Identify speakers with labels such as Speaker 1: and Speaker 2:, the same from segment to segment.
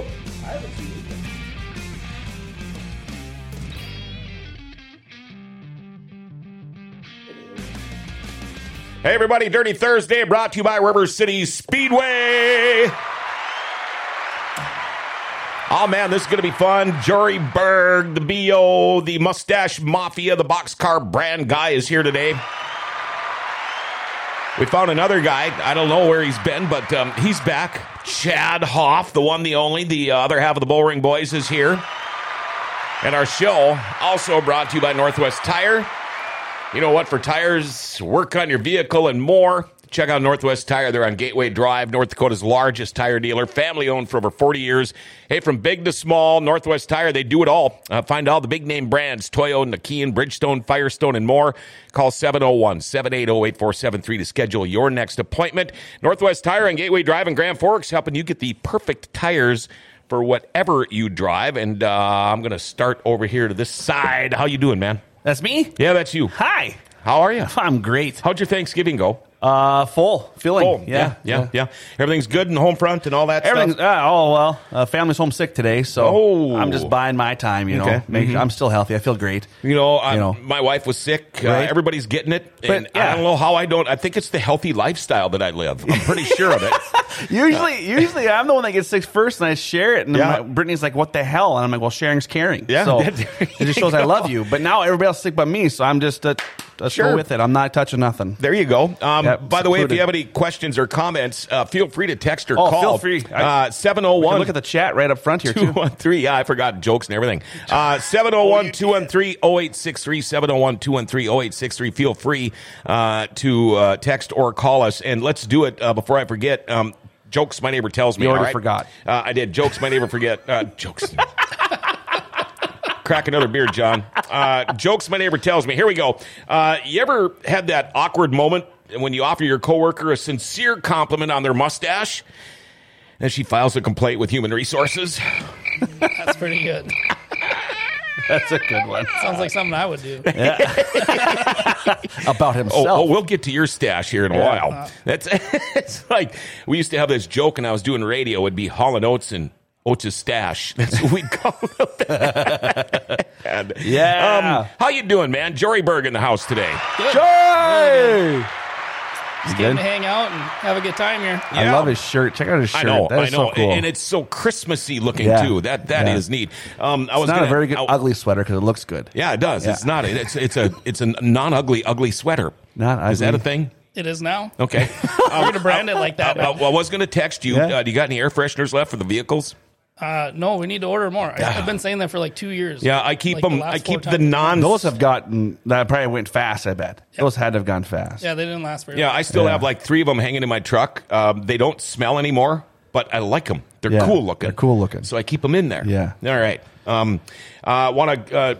Speaker 1: haven't seen anything.
Speaker 2: Hey, everybody, Dirty Thursday brought to you by River City Speedway. Oh, man, this is going to be fun. Jory Berg, the BO, the Mustache Mafia, the Boxcar Brand guy is here today. We found another guy. I don't know where he's been, but um, he's back. Chad Hoff, the one, the only, the uh, other half of the Bullring Boys is here. And our show also brought to you by Northwest Tire. You know what? For tires, work on your vehicle, and more, check out Northwest Tire. They're on Gateway Drive, North Dakota's largest tire dealer, family owned for over 40 years. Hey, from big to small, Northwest Tire, they do it all. Uh, find all the big name brands Toyo, Nakian, Bridgestone, Firestone, and more. Call 701 780 8473 to schedule your next appointment. Northwest Tire on Gateway Drive in Grand Forks, helping you get the perfect tires for whatever you drive. And uh, I'm going to start over here to this side. How you doing, man?
Speaker 3: That's me.
Speaker 2: Yeah, that's you.
Speaker 3: Hi.
Speaker 2: How are you?
Speaker 3: I'm great.
Speaker 2: How'd your Thanksgiving go? Oh,
Speaker 3: Uh, full, filling. Yeah,
Speaker 2: yeah, yeah, yeah. Everything's good in the home front and all that
Speaker 3: Everything's
Speaker 2: stuff.
Speaker 3: uh, oh well. Uh, family's homesick today, so
Speaker 2: Oh.
Speaker 3: I'm just buying my time. You know,
Speaker 2: Okay. Mm-hmm.
Speaker 3: Make- I'm still healthy. I feel great.
Speaker 2: You know, I,
Speaker 3: You know.
Speaker 2: my wife was sick. Uh,
Speaker 3: Right.
Speaker 2: everybody's getting it, and
Speaker 3: But, yeah.
Speaker 2: I don't know how I don't. I think it's the healthy lifestyle that I live. I'm pretty sure of it.
Speaker 3: Usually, usually I'm the one that gets sick first, and I share it. And
Speaker 2: Yeah.
Speaker 3: my- Brittany's like, "What the hell?" And I'm like, "Well, sharing's caring."
Speaker 2: Yeah.
Speaker 3: so
Speaker 2: There
Speaker 3: it just shows I love you. But now everybody else is sick but me, so I'm just uh, let's
Speaker 2: Sure.
Speaker 3: go with it. I'm not touching nothing.
Speaker 2: There you go. Um,
Speaker 3: Yeah,
Speaker 2: by the way, if you
Speaker 3: secluded.
Speaker 2: have any questions or comments, uh, feel free to text or
Speaker 3: Oh,
Speaker 2: call.
Speaker 3: feel free. I-
Speaker 2: Uh, 701.
Speaker 3: Look at the chat right up front here. Too.
Speaker 2: 213. Yeah, I forgot jokes and everything. Uh, 701 213 0863. 701 213 0863. Feel free uh, to uh, text or call us. And let's do it uh, before I forget. Um, jokes my neighbor tells me.
Speaker 3: You already
Speaker 2: all right?
Speaker 3: forgot.
Speaker 2: Uh, I did. Jokes my neighbor forget. Uh, jokes. Crack another beer, John. Uh, jokes my neighbor tells me. Here we go. Uh, you ever had that awkward moment when you offer your coworker a sincere compliment on their mustache? And she files a complaint with human resources.
Speaker 4: That's pretty good.
Speaker 3: That's a good one
Speaker 4: Sounds like something I would do.
Speaker 3: about himself.
Speaker 2: Oh, oh, we'll get to your stash here in a while. That's it's like we used to have this joke, and I was doing radio. It'd be Hall and Oates and Oates' stash. That's what we'd call it. And,
Speaker 3: Yeah.
Speaker 2: Um, how you doing, man? Jory Berg in the house today.
Speaker 4: Good.
Speaker 3: Joy!
Speaker 4: Just came to hang out and have a good time here.
Speaker 3: I love his shirt. Check out his shirt.
Speaker 2: I know,
Speaker 3: that
Speaker 2: I
Speaker 3: is
Speaker 2: know,
Speaker 3: so cool.
Speaker 2: and it's so Christmassy looking
Speaker 3: Yeah.
Speaker 2: too. That that is
Speaker 3: Yeah.
Speaker 2: neat. Um, I
Speaker 3: It's
Speaker 2: was
Speaker 3: not
Speaker 2: gonna-
Speaker 3: a very good
Speaker 2: I-
Speaker 3: ugly sweater because it looks good.
Speaker 2: Yeah, it does.
Speaker 3: Yeah.
Speaker 2: It's not. It's it's a it's a non ugly ugly sweater.
Speaker 3: Not
Speaker 2: Is that a
Speaker 3: ugly.
Speaker 2: thing?
Speaker 4: It is now.
Speaker 2: Okay.
Speaker 4: We're gonna brand it like that.
Speaker 2: I, I was going to text you.
Speaker 3: Yeah.
Speaker 2: Uh, do you got any air fresheners left for the vehicles?
Speaker 4: Uh, no, we need to order more. I, I've been saying that for like two years.
Speaker 2: Yeah, I keep
Speaker 4: Like the
Speaker 2: them.
Speaker 4: last
Speaker 2: I
Speaker 4: four
Speaker 2: keep the
Speaker 4: times.
Speaker 2: non.
Speaker 3: Those have gotten that probably went fast. I bet those had to have gone fast.
Speaker 4: Yeah, they didn't last very.
Speaker 2: yeah,
Speaker 4: long.
Speaker 2: I still
Speaker 3: Yeah.
Speaker 2: have like three of them hanging in my truck. Um, they don't smell anymore, but I like them. They're
Speaker 3: Yeah,
Speaker 2: cool looking.
Speaker 3: they're cool looking.
Speaker 2: So I keep them in there.
Speaker 3: Yeah.
Speaker 2: All right. Um, I want to uh,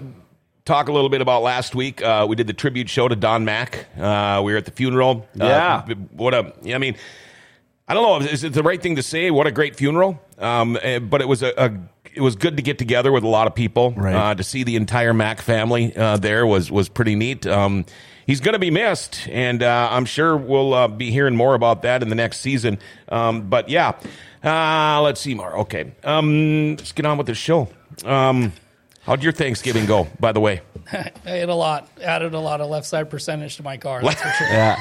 Speaker 2: talk a little bit about last week. Uh, we did the tribute show to Don Mack. Uh, we were at the funeral. Uh,
Speaker 3: Yeah.
Speaker 2: b- what a. I mean. I don't know. Is it the right thing to say? What a great funeral! Um, eh, but it was a, a it was good to get together with a lot of people.
Speaker 3: Right.
Speaker 2: Uh, to see the entire Mac family uh, there was was pretty neat. Um, he's going to be missed, and uh, I'm sure we'll uh, be hearing more about that in the next season. Um, but yeah, uh, let's see more. Okay, um, let's get on with the show. Um, how'd your Thanksgiving go? By the way,
Speaker 4: I ate a lot. Added a lot of left side percentage to my car. That's for sure.
Speaker 3: Yeah.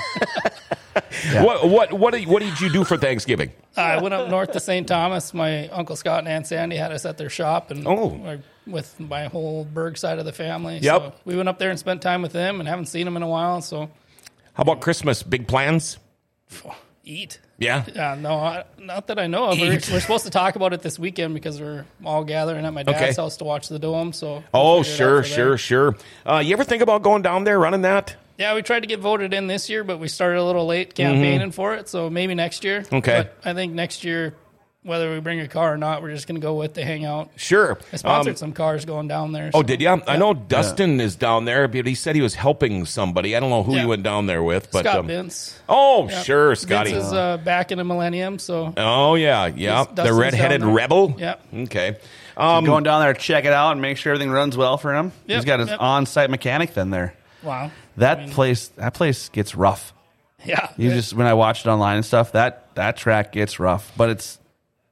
Speaker 2: what what what did, what did you do for Thanksgiving?
Speaker 4: Uh, I went up north to St. Thomas. My uncle Scott and Aunt Sandy had us at their shop, and
Speaker 2: Oh.
Speaker 4: I- with my whole Berg side of the family.
Speaker 2: Yep.
Speaker 4: So we went up there and spent time with them, and haven't seen them in a while. So
Speaker 2: How about Christmas? Big plans?
Speaker 4: eat.
Speaker 2: Yeah.
Speaker 4: Uh, no, I, not that I know of. We're, we're
Speaker 2: Eat.
Speaker 4: supposed to talk about it this weekend because we're all gathering at my dad's
Speaker 2: Okay.
Speaker 4: house to watch the dome. So
Speaker 2: Oh
Speaker 4: we'll figure it
Speaker 2: sure
Speaker 4: out for
Speaker 2: sure
Speaker 4: there.
Speaker 2: sure. Uh, you ever think about going down there running that?
Speaker 4: Yeah, we tried to get voted in this year, but we started a little late campaigning for it. So maybe next year.
Speaker 2: Mm-hmm. Okay.
Speaker 4: But I think next year, whether we bring a car or not, we're just going to go with the hangout.
Speaker 2: Sure.
Speaker 4: I sponsored
Speaker 2: Um,
Speaker 4: some cars going down there.
Speaker 2: Oh,
Speaker 4: so-
Speaker 2: did you? I know Dustin is down there, but he said he was helping somebody. I don't know who
Speaker 4: Yeah.
Speaker 2: he went down there with, but
Speaker 4: Scott
Speaker 2: um,
Speaker 4: Vince.
Speaker 2: oh,
Speaker 4: Yeah.
Speaker 2: sure, Scotty.
Speaker 4: Vince is uh, back in the millennium, so
Speaker 2: oh yeah, yeah,
Speaker 4: He's-
Speaker 2: the
Speaker 4: Dustin's
Speaker 2: redheaded
Speaker 4: down there.
Speaker 2: rebel.
Speaker 4: Yep.
Speaker 2: Okay. Uh,
Speaker 4: Um,
Speaker 3: Going down there, check it out, and make sure everything runs well for him.
Speaker 4: Yep,
Speaker 3: He's got his
Speaker 4: yep.
Speaker 3: on-site mechanic then there.
Speaker 4: wow.
Speaker 3: That place, that place gets rough.
Speaker 4: Yeah.
Speaker 3: You just when I watched it online and stuff, that that track gets rough, but it's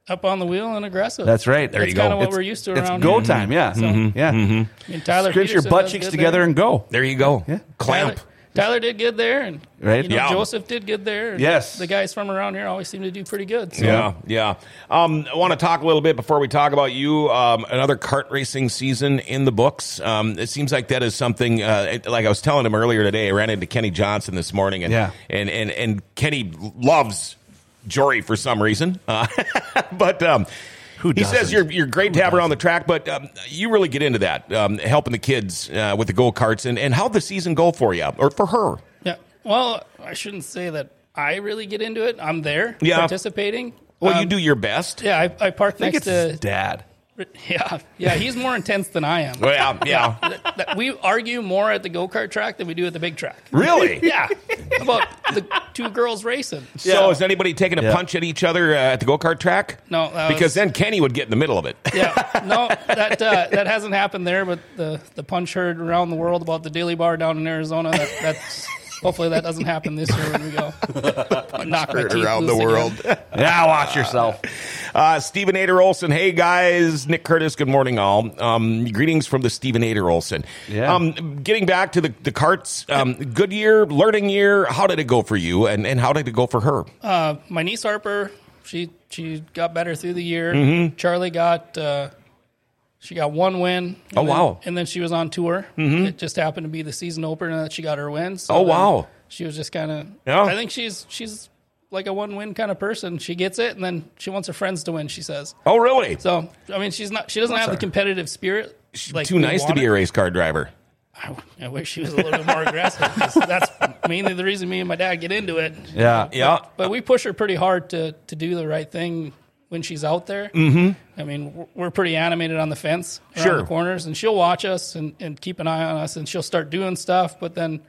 Speaker 4: up on the wheel and aggressive.
Speaker 3: That's right. There
Speaker 4: There That's
Speaker 2: you go.
Speaker 4: kind of what
Speaker 3: It's-
Speaker 4: we're used to
Speaker 3: it's
Speaker 4: around
Speaker 3: go
Speaker 4: here.
Speaker 3: time. Yeah, yeah.
Speaker 4: I mean, Tyler
Speaker 3: Scrunch your
Speaker 4: Peterson
Speaker 3: butt
Speaker 4: does
Speaker 3: cheeks
Speaker 4: good
Speaker 3: together
Speaker 4: there.
Speaker 3: and go.
Speaker 2: There you go.
Speaker 3: Yeah.
Speaker 2: Clamp.
Speaker 4: Tyler, Tyler did good there, and
Speaker 3: Right?
Speaker 4: you know,
Speaker 2: Yeah.
Speaker 4: Joseph did good there. and
Speaker 3: Yes.
Speaker 4: the guys from around here always seem to do pretty good. So.
Speaker 2: Yeah, yeah. Um, I want to talk a little bit before we talk about you. Um, another kart racing season in the books. Um, it seems like that is something. Uh, it- like I was telling him earlier today, I ran into Kenny Johnson this morning, and
Speaker 3: Yeah.
Speaker 2: and, and and Kenny loves Jory for some reason. Uh, but um,
Speaker 3: Who
Speaker 2: he says
Speaker 3: doesn't?
Speaker 2: you're you're great to have around the track, but um, you really get into that um, helping the kids uh, with the go karts and and how the season go for you or for her.
Speaker 4: Yeah. Well, I shouldn't say that I really get into it. I'm there
Speaker 2: Yeah.
Speaker 4: participating.
Speaker 2: Well,
Speaker 4: Um,
Speaker 2: you do your best.
Speaker 4: Yeah, I, I park
Speaker 3: I think it's
Speaker 4: next
Speaker 3: his
Speaker 4: to.
Speaker 3: dad.
Speaker 4: Yeah, yeah, he's more intense than I am.
Speaker 2: Well, yeah, yeah.
Speaker 4: That- that- we argue more at the go kart track than we do at the big track.
Speaker 2: really.
Speaker 4: Yeah, about the two girls racing.
Speaker 2: So is anybody taking a
Speaker 3: Yeah.
Speaker 2: punch at each other uh, at the go kart track?
Speaker 4: No, that was-
Speaker 2: because then Kenny would get in the middle of it.
Speaker 4: Yeah, no, that uh, that hasn't happened there. But the the punch heard around the world about the Dilly Bar down in Arizona. That that's hopefully that doesn't happen this year when we go. Knock my
Speaker 2: heard
Speaker 4: teeth
Speaker 2: around the
Speaker 4: loose again.
Speaker 2: world.
Speaker 3: Yeah, watch yourself.
Speaker 2: Uh, Stephen Ader Olson, hey guys, Nick Curtis, good morning all. Um, greetings from the Stephen Ader Olson.
Speaker 3: Yeah.
Speaker 2: Um, getting back to the the carts, um, good year, learning year. How did it go for you, and and how did it go for her?
Speaker 4: Uh, my niece Harper, she she got better through the year.
Speaker 2: Mm-hmm.
Speaker 4: Charlie got uh, she got one win. and
Speaker 2: Oh,
Speaker 4: then-
Speaker 2: wow. Mm-hmm.
Speaker 4: And then she was on tour. It just happened to be the season opener that she got her win. So
Speaker 2: Oh,
Speaker 4: then
Speaker 2: wow.
Speaker 4: She was just kind of.
Speaker 2: Yeah.
Speaker 4: I think she's she's like a one win kind of person. She gets it, and then she wants her friends to win. She says.
Speaker 2: Oh, really?
Speaker 4: So I mean, she's not. She doesn't have the competitive spirit. like
Speaker 2: Too
Speaker 4: we
Speaker 2: nice to
Speaker 4: want
Speaker 2: be
Speaker 4: her.
Speaker 2: a race car driver.
Speaker 4: I, I wish she was a little bit more aggressive. 'cause That's mainly the reason me and my dad get into it.
Speaker 3: Yeah,
Speaker 2: Yeah.
Speaker 4: But we push her pretty hard to to do the right thing when she's out there. Mm-hmm. I mean, we're- we're pretty animated on the fence, around
Speaker 2: Sure.
Speaker 4: the corners, and she'll watch us and, and keep an eye on us, and she'll start doing stuff. But then,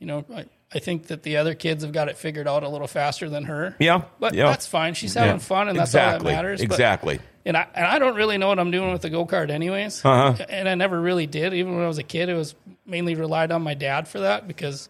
Speaker 4: you know, I, I think that the other kids have got it figured out a little faster than her.
Speaker 2: Yeah,
Speaker 4: but
Speaker 2: yeah.
Speaker 4: that's fine. She's having
Speaker 2: Yeah.
Speaker 4: fun, and that's all
Speaker 2: exactly.
Speaker 4: that matters. But-
Speaker 2: Exactly.
Speaker 4: and I and I don't really know what I'm doing with the go kart, anyways.
Speaker 2: Uh-huh.
Speaker 4: And I never really did. Even when I was a kid, it was mainly relied on my dad for that because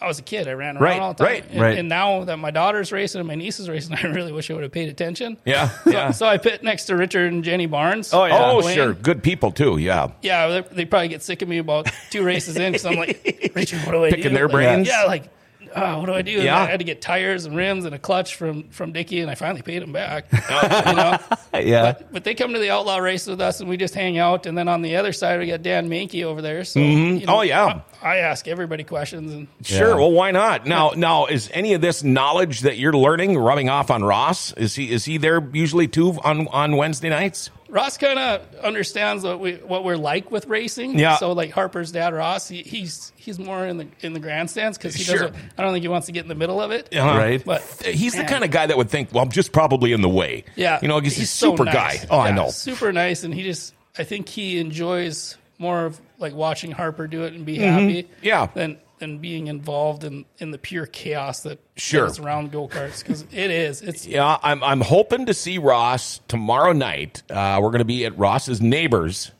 Speaker 4: I was a kid. I ran around
Speaker 2: Right,
Speaker 4: all the time.
Speaker 2: right,
Speaker 4: and,
Speaker 3: right.
Speaker 4: and now that my daughter's racing and my niece is racing, I really wish I would have paid attention.
Speaker 2: Yeah.
Speaker 4: So,
Speaker 2: yeah.
Speaker 4: so I pit next to Richard and Jenny Barnes.
Speaker 3: Oh, yeah.
Speaker 2: Oh,
Speaker 4: Wayne.
Speaker 2: sure. Good people too. Yeah.
Speaker 4: Yeah, they, they probably get sick of me about two races in because I'm like, Richard, what do I do?
Speaker 2: Picking their
Speaker 4: Like,
Speaker 2: brains.
Speaker 4: Yeah, like, uh, what do I do? And
Speaker 2: Yeah.
Speaker 4: I had to get tires and rims and a clutch from from Dickie, and I finally paid him back. you know?
Speaker 3: yeah.
Speaker 4: But they come to the outlaw race with us, and we just hang out. And then on the other side, we got Dan Mankey over there. So, you
Speaker 2: Oh, yeah.
Speaker 4: I, I ask everybody questions, and
Speaker 2: Sure.
Speaker 3: Yeah.
Speaker 2: Well, why not? Now, now is any of this knowledge that you're learning rubbing off on Ross? Is he is he there usually too on on Wednesday nights?
Speaker 4: Ross kind of understands what we what we're like with racing.
Speaker 2: Yeah.
Speaker 4: So, like Harper's dad, Ross, he, he's he's more in the in the grandstands because he
Speaker 2: Sure.
Speaker 4: doesn't. I don't think he wants to get in the middle of it.
Speaker 2: Uh-huh.
Speaker 3: Right.
Speaker 4: But
Speaker 2: He's the
Speaker 4: man.
Speaker 2: kind of guy that would think, well, I'm just probably in the way.
Speaker 4: Yeah,
Speaker 2: You know, he's, a
Speaker 4: so
Speaker 2: super
Speaker 4: nice.
Speaker 2: guy. Oh, I
Speaker 4: Yeah,
Speaker 2: know.
Speaker 4: super nice, and he just I think he enjoys more of like watching Harper do it and be happy,
Speaker 2: Mm-hmm. Yeah.
Speaker 4: than than being involved in in the pure chaos that that
Speaker 2: Sure.
Speaker 4: is around go karts because it is it's
Speaker 2: Yeah, I'm I'm hoping to see Ross tomorrow night. Uh, we're going to be at Ross's neighbors,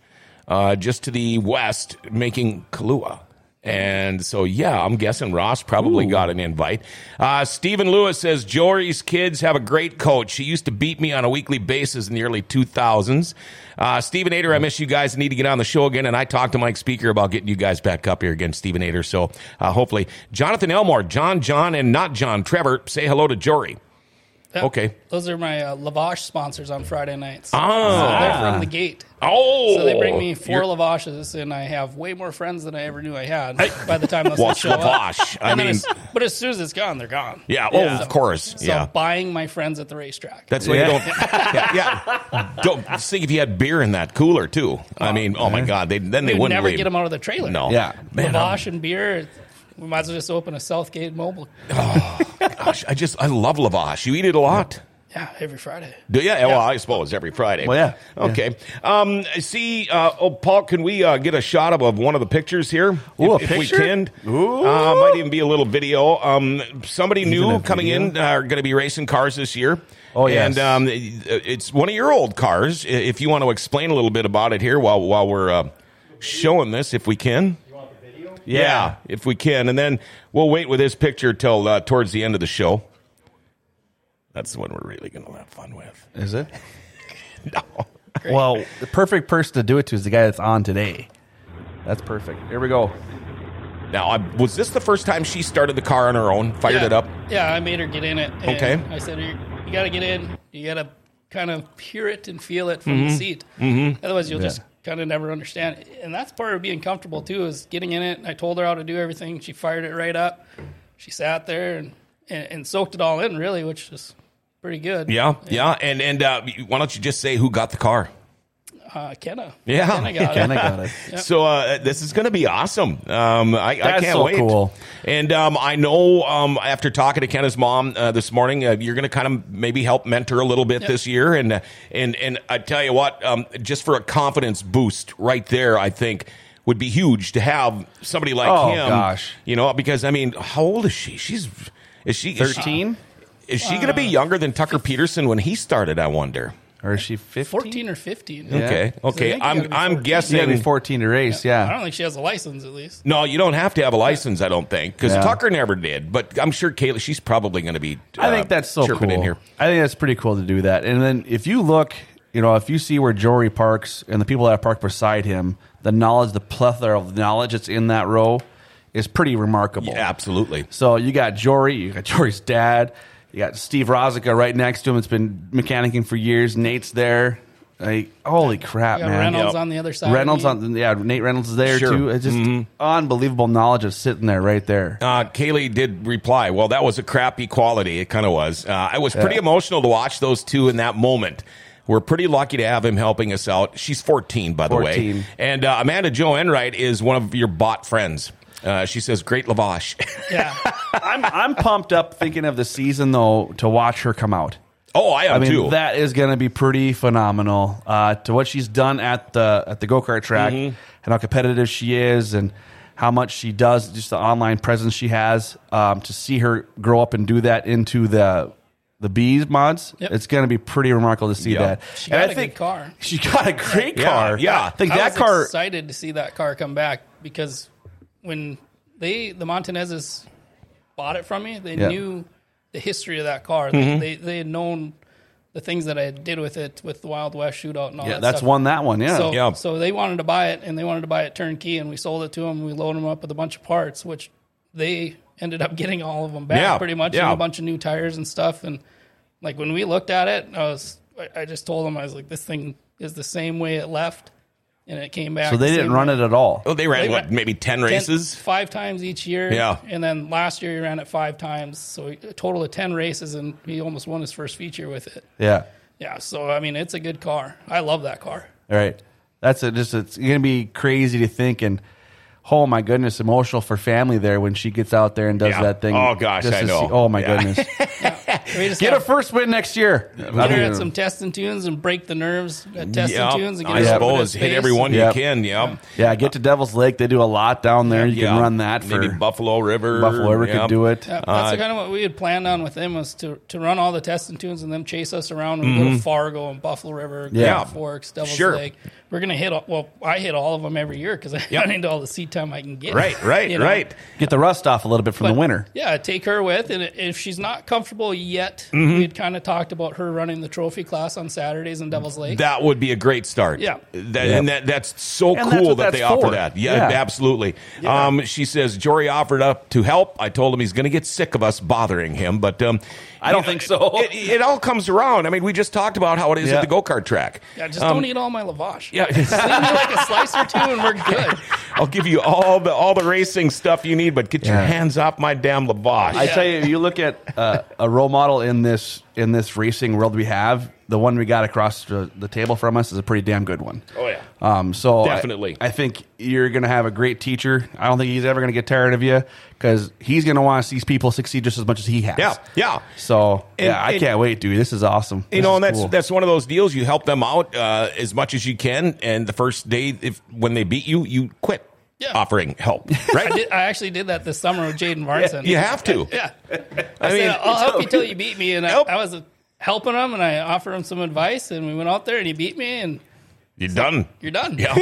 Speaker 2: uh, just to the west, making Kahlua. And so, yeah, I'm guessing Ross probably got an invite. Uh, Stephen Lewis says Jory's kids have a great coach. She used to beat me on a weekly basis in the early 2000s. Uh, Stephen Ader, I miss you guys. I need to get on the show again. And I talked to Mike Speaker about getting you guys back up here again, Stephen Ader. So uh, hopefully, Jonathan Elmore, John, John, and not John Trevor, say hello to Jory.
Speaker 4: yeah.
Speaker 2: Okay.
Speaker 4: Those are my uh, Lavash sponsors on Friday nights.
Speaker 2: Ah.
Speaker 4: So they're from the gate.
Speaker 2: Oh,
Speaker 4: So they bring me 4
Speaker 2: You're-
Speaker 4: Lavashes, and I have way more friends than I ever knew I had by the time those
Speaker 2: Well,
Speaker 4: things show up.
Speaker 2: Lavash. I
Speaker 4: And then
Speaker 2: mean,
Speaker 4: as- but as soon as it's gone, they're gone.
Speaker 2: yeah. Oh,
Speaker 3: Yeah.
Speaker 2: of course.
Speaker 4: So
Speaker 2: yeah.
Speaker 4: buying my friends at the racetrack.
Speaker 2: That's why you
Speaker 3: Yeah.
Speaker 2: don't. Yeah, yeah. Don't think if you had beer in that cooler too. I mean, oh my God, they, then they
Speaker 4: We'd
Speaker 2: wouldn't
Speaker 4: never
Speaker 2: leave.
Speaker 4: get them out of the trailer.
Speaker 2: No.
Speaker 3: Yeah.
Speaker 2: Man, I'm-
Speaker 4: Lavash and beer. We might as well just open a Southgate mobile.
Speaker 2: gosh, I just I love lavash. You eat it a lot.
Speaker 4: Yeah, every Friday.
Speaker 2: Do you? Well, I suppose every Friday.
Speaker 3: Well, yeah.
Speaker 2: Okay. Um, see, uh, oh, Paul, can we uh, get a shot of, of one of the pictures here?
Speaker 3: Ooh,
Speaker 2: if,
Speaker 3: a
Speaker 2: if we
Speaker 3: picture?
Speaker 2: can.
Speaker 3: Ooh.
Speaker 2: Uh, might even be a little video. Um, somebody new
Speaker 3: a
Speaker 2: coming in uh, are going to be racing cars this year.
Speaker 3: Oh,
Speaker 2: And
Speaker 3: yes.
Speaker 2: um, it- it's one of your old cars. I- If you want to explain a little bit about it here while while we're uh, showing this, if we can. Yeah. if we can, and then we'll wait with this picture till uh, towards the end of the show. That's the one we're really going to have fun with.
Speaker 3: Is it?
Speaker 2: No.
Speaker 3: Well, the perfect person to do it to is the guy that's on today. That's perfect. Here we go.
Speaker 2: Now, I, was this the first time she started the car on her own, fired
Speaker 4: yeah.
Speaker 2: it up?
Speaker 4: Yeah, I made her get in it. and
Speaker 2: Okay.
Speaker 4: I said, you, you got to get in. You got to kind of hear it and feel it from the seat. Mm-hmm. Otherwise, you'll just kind of never understand. it. And that's part of being comfortable, too, is getting in it. And I told her how to do everything. She fired it right up. She sat there and, and, and soaked it all in, really, which is pretty good.
Speaker 2: Yeah, yeah. And and uh, why don't you just say who got the car?
Speaker 4: Uh, Kenna.
Speaker 2: Yeah.
Speaker 4: Kenna got
Speaker 3: And
Speaker 4: it.
Speaker 3: I got it.
Speaker 2: So uh, this is going to be awesome. Um, I, I
Speaker 3: That's
Speaker 2: can't
Speaker 3: so
Speaker 2: wait.
Speaker 3: cool.
Speaker 2: And um, I know um, after talking to Kenna's mom uh, this morning, uh, you're going to kind of maybe help mentor a little bit this year. And uh, and and I tell you what, um, just for a confidence boost, right there, I think would be huge to have somebody like
Speaker 3: Oh,
Speaker 2: him.
Speaker 3: gosh.
Speaker 2: you know, because I mean, how old is she? She's is she is she-
Speaker 3: Thirteen
Speaker 2: Is she going to
Speaker 3: Uh,
Speaker 2: be younger than Tucker Peterson when he started? I wonder.
Speaker 3: or is she fifteen?
Speaker 4: 14 or 15.
Speaker 2: Okay, okay.
Speaker 4: think you
Speaker 2: I'm
Speaker 4: gotta be
Speaker 2: I'm
Speaker 4: 14.
Speaker 3: She had to be
Speaker 2: guessing.
Speaker 3: fourteen to race.
Speaker 4: I
Speaker 3: Yeah.
Speaker 4: don't think she has a license, at least.
Speaker 2: No, you don't have to have a license, I don't think, because
Speaker 3: Yeah.
Speaker 2: Tucker never did. But I'm sure Kayla, she's probably going to be.
Speaker 3: I
Speaker 2: uh,
Speaker 3: think that's so
Speaker 2: chirping
Speaker 3: cool.
Speaker 2: in here.
Speaker 3: I think that's pretty cool to do that. And then if you look, you know, if you see where Jory parks and the people that park beside him, the knowledge, the plethora of knowledge that's in that row is pretty remarkable.
Speaker 2: Yeah, absolutely.
Speaker 3: So you got Jory, you got Jory's dad, you got Steve Rosica right next to him. It's been mechanicking for years. Nate's there. Like, holy crap,
Speaker 4: You got
Speaker 3: man!
Speaker 4: Reynolds
Speaker 2: Yep.
Speaker 4: on the other side. of
Speaker 3: Reynolds
Speaker 4: me.
Speaker 3: on yeah, Nate Reynolds is there
Speaker 2: Sure.
Speaker 3: too. It's just unbelievable knowledge of sitting there right there.
Speaker 2: Uh, Kaylee did reply, "Well, that was a crappy quality. It kind of was. Uh, I was pretty emotional to watch those two in that moment. We're pretty lucky to have him helping us out. She's 14, by the way.
Speaker 3: 14.
Speaker 2: And uh, Amanda Jo Enright is one of your bot friends. Uh, she says, "Great lavash."
Speaker 4: Yeah.
Speaker 3: I'm I'm pumped up thinking of the season though to watch her come out.
Speaker 2: oh, I am
Speaker 3: I mean
Speaker 2: too.
Speaker 3: that is going to be pretty phenomenal uh, to what she's done at the at the go kart track
Speaker 2: Mm-hmm.
Speaker 3: and how competitive she is and how much she does just the online presence she has um, to see her grow up and do that into the the bees mods.
Speaker 4: Yep.
Speaker 3: It's going to be pretty remarkable to see
Speaker 2: Yeah.
Speaker 3: that.
Speaker 4: She
Speaker 3: And
Speaker 4: got
Speaker 3: I
Speaker 4: a good
Speaker 3: think
Speaker 4: car.
Speaker 3: She got a great
Speaker 2: Yeah,
Speaker 3: car.
Speaker 2: yeah.
Speaker 3: I think
Speaker 4: I
Speaker 3: that
Speaker 4: was
Speaker 3: car.
Speaker 4: excited to see that car come back because when they the Montanezes bought it from me, they
Speaker 3: Yeah. Mm-hmm.
Speaker 4: knew the history of that car. They, they they had known the things that I did with it with the Wild West shootout and all
Speaker 3: Yeah,
Speaker 4: that.
Speaker 3: that's
Speaker 4: stuff.
Speaker 3: won that one. Oh, Yeah.
Speaker 4: So,
Speaker 2: Yeah.
Speaker 4: so they wanted to buy it, and they wanted to buy it turnkey, and we sold it to them. We loaded them up with a bunch of parts, which they ended up getting all of them back,
Speaker 2: Yeah,
Speaker 4: pretty much,
Speaker 2: yeah.
Speaker 4: and a bunch of new tires and stuff. And like when we looked at it, I was, I- I just told them I was like, this thing is the same way it left, and it came back.
Speaker 3: so they
Speaker 4: the
Speaker 3: didn't
Speaker 4: same
Speaker 3: run
Speaker 4: way.
Speaker 3: it at all.
Speaker 2: oh, they ran
Speaker 4: They
Speaker 2: what?
Speaker 4: ran-
Speaker 2: Maybe 10
Speaker 4: Ten-
Speaker 2: races.
Speaker 4: five times each year.
Speaker 2: Yeah.
Speaker 4: and then last year he ran it five times, so a total of ten races, and he almost won his first feature with it.
Speaker 3: Yeah.
Speaker 4: Yeah, so I mean, it's a good car. I love that car.
Speaker 3: All right. That's it. Just it's going to be crazy to think and oh my goodness, emotional for family there when she gets out there and does
Speaker 2: Yeah.
Speaker 3: that thing.
Speaker 2: Oh, gosh,
Speaker 3: Just
Speaker 2: I
Speaker 3: to
Speaker 2: know.
Speaker 3: oh my
Speaker 2: Yeah.
Speaker 3: goodness,
Speaker 4: We just
Speaker 3: get
Speaker 4: have-
Speaker 3: a first win next year.
Speaker 4: Get her at some testing tunes and break the nerves at testing
Speaker 2: Yeah,
Speaker 4: tunes and get
Speaker 2: I
Speaker 4: her over
Speaker 2: suppose
Speaker 4: to
Speaker 2: hit
Speaker 4: space.
Speaker 2: everyone
Speaker 3: Yeah.
Speaker 2: you can. Yeah.
Speaker 3: yeah, get to Devil's Lake. They do a lot down there. You
Speaker 2: Yeah.
Speaker 3: can run that for
Speaker 2: maybe Buffalo River.
Speaker 3: Buffalo River
Speaker 2: yeah.
Speaker 3: could do it.
Speaker 4: Yeah,
Speaker 2: Uh,
Speaker 4: that's kind of what we had planned on with them was to, to run all the testing tunes and them chase us around. We go to Fargo and Buffalo River,
Speaker 3: Yeah.
Speaker 4: Grand Forks, Devil's
Speaker 2: Mm-hmm. Sure.
Speaker 4: Lake. We're gonna hit all, well. I hit all of them every year because I run into all the seat time I can get.
Speaker 2: Right, right,
Speaker 4: you know?
Speaker 2: right.
Speaker 3: Get the rust off a little bit from the
Speaker 4: But,
Speaker 3: winter.
Speaker 4: Yeah, take her with, and if she's not comfortable yet,
Speaker 2: Mm-hmm.
Speaker 4: we had kind of talked about her running the trophy class on Saturdays in Devil's Lake.
Speaker 2: That would be a great start.
Speaker 4: Yeah.
Speaker 2: That, And that, that's so
Speaker 3: And that's
Speaker 2: cool that
Speaker 3: what that's
Speaker 2: they offer
Speaker 3: for.
Speaker 2: that. Yeah,
Speaker 3: Yeah.
Speaker 2: absolutely. Um, she says, Jory offered up to help. I told him he's going to get sick of us bothering him, but um,
Speaker 3: I don't think so.
Speaker 2: It, it all comes around. I mean, we just talked about how it is
Speaker 3: Yeah.
Speaker 2: at the go kart track.
Speaker 4: yeah, just
Speaker 2: Um,
Speaker 4: don't eat all my lavash.
Speaker 2: Yeah.
Speaker 4: Leave me like a slice or two, and we're good.
Speaker 2: I'll give you all the all the racing stuff you need, but get your
Speaker 3: Yeah.
Speaker 2: hands off my damn lavash.
Speaker 3: I tell you, you look at uh, a role model in this in this racing world we have. The one we got across the, the table from us is a pretty damn good one.
Speaker 2: Oh, yeah.
Speaker 3: Um, so I-
Speaker 2: Definitely.
Speaker 3: I, think you're going to have a great teacher. I don't think he's ever going to get tired of you because he's going to want to see people succeed just as much as he has.
Speaker 2: Yeah, yeah.
Speaker 3: So
Speaker 2: And-
Speaker 3: yeah, I
Speaker 2: and-
Speaker 3: can't wait, dude. This is awesome.
Speaker 2: you
Speaker 3: This
Speaker 2: know,
Speaker 3: is
Speaker 2: and that's
Speaker 3: cool.
Speaker 2: that's one of those deals. You help them out uh, as much as you can, and the first day, if when they beat you, you quit
Speaker 4: Yeah.
Speaker 2: offering help.
Speaker 4: I,
Speaker 2: Right?
Speaker 4: did, I actually did that this summer with Jaden Martin.
Speaker 2: you have to.
Speaker 4: Yeah.
Speaker 2: I
Speaker 4: I
Speaker 2: mean,
Speaker 4: will help you till you beat me. And I,
Speaker 2: Nope.
Speaker 4: I was helping him and I offered him some advice and we went out there and he beat me and
Speaker 2: you're done.
Speaker 4: you're done.
Speaker 2: Yeah.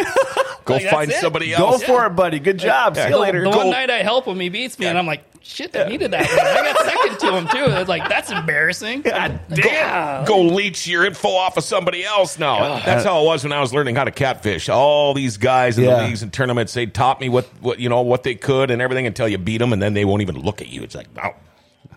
Speaker 2: Go
Speaker 4: Like, that's
Speaker 2: find
Speaker 4: it.
Speaker 2: somebody
Speaker 3: go
Speaker 2: else.
Speaker 3: for it, buddy. Good job. See
Speaker 2: Yeah.
Speaker 3: you later.
Speaker 4: The
Speaker 2: Go-
Speaker 4: one night I help him, he beats me and I'm like, shit that needed that. One. I got second to him too. It's like that's embarrassing.
Speaker 2: God damn. Go leech your info off of somebody else now. That's how it was when I was learning how to catfish. All these guys in the
Speaker 3: Yeah.
Speaker 2: leagues and tournaments, they taught me what, what you know what they could and everything until you beat them, and then they won't even look at you. It's like, oh,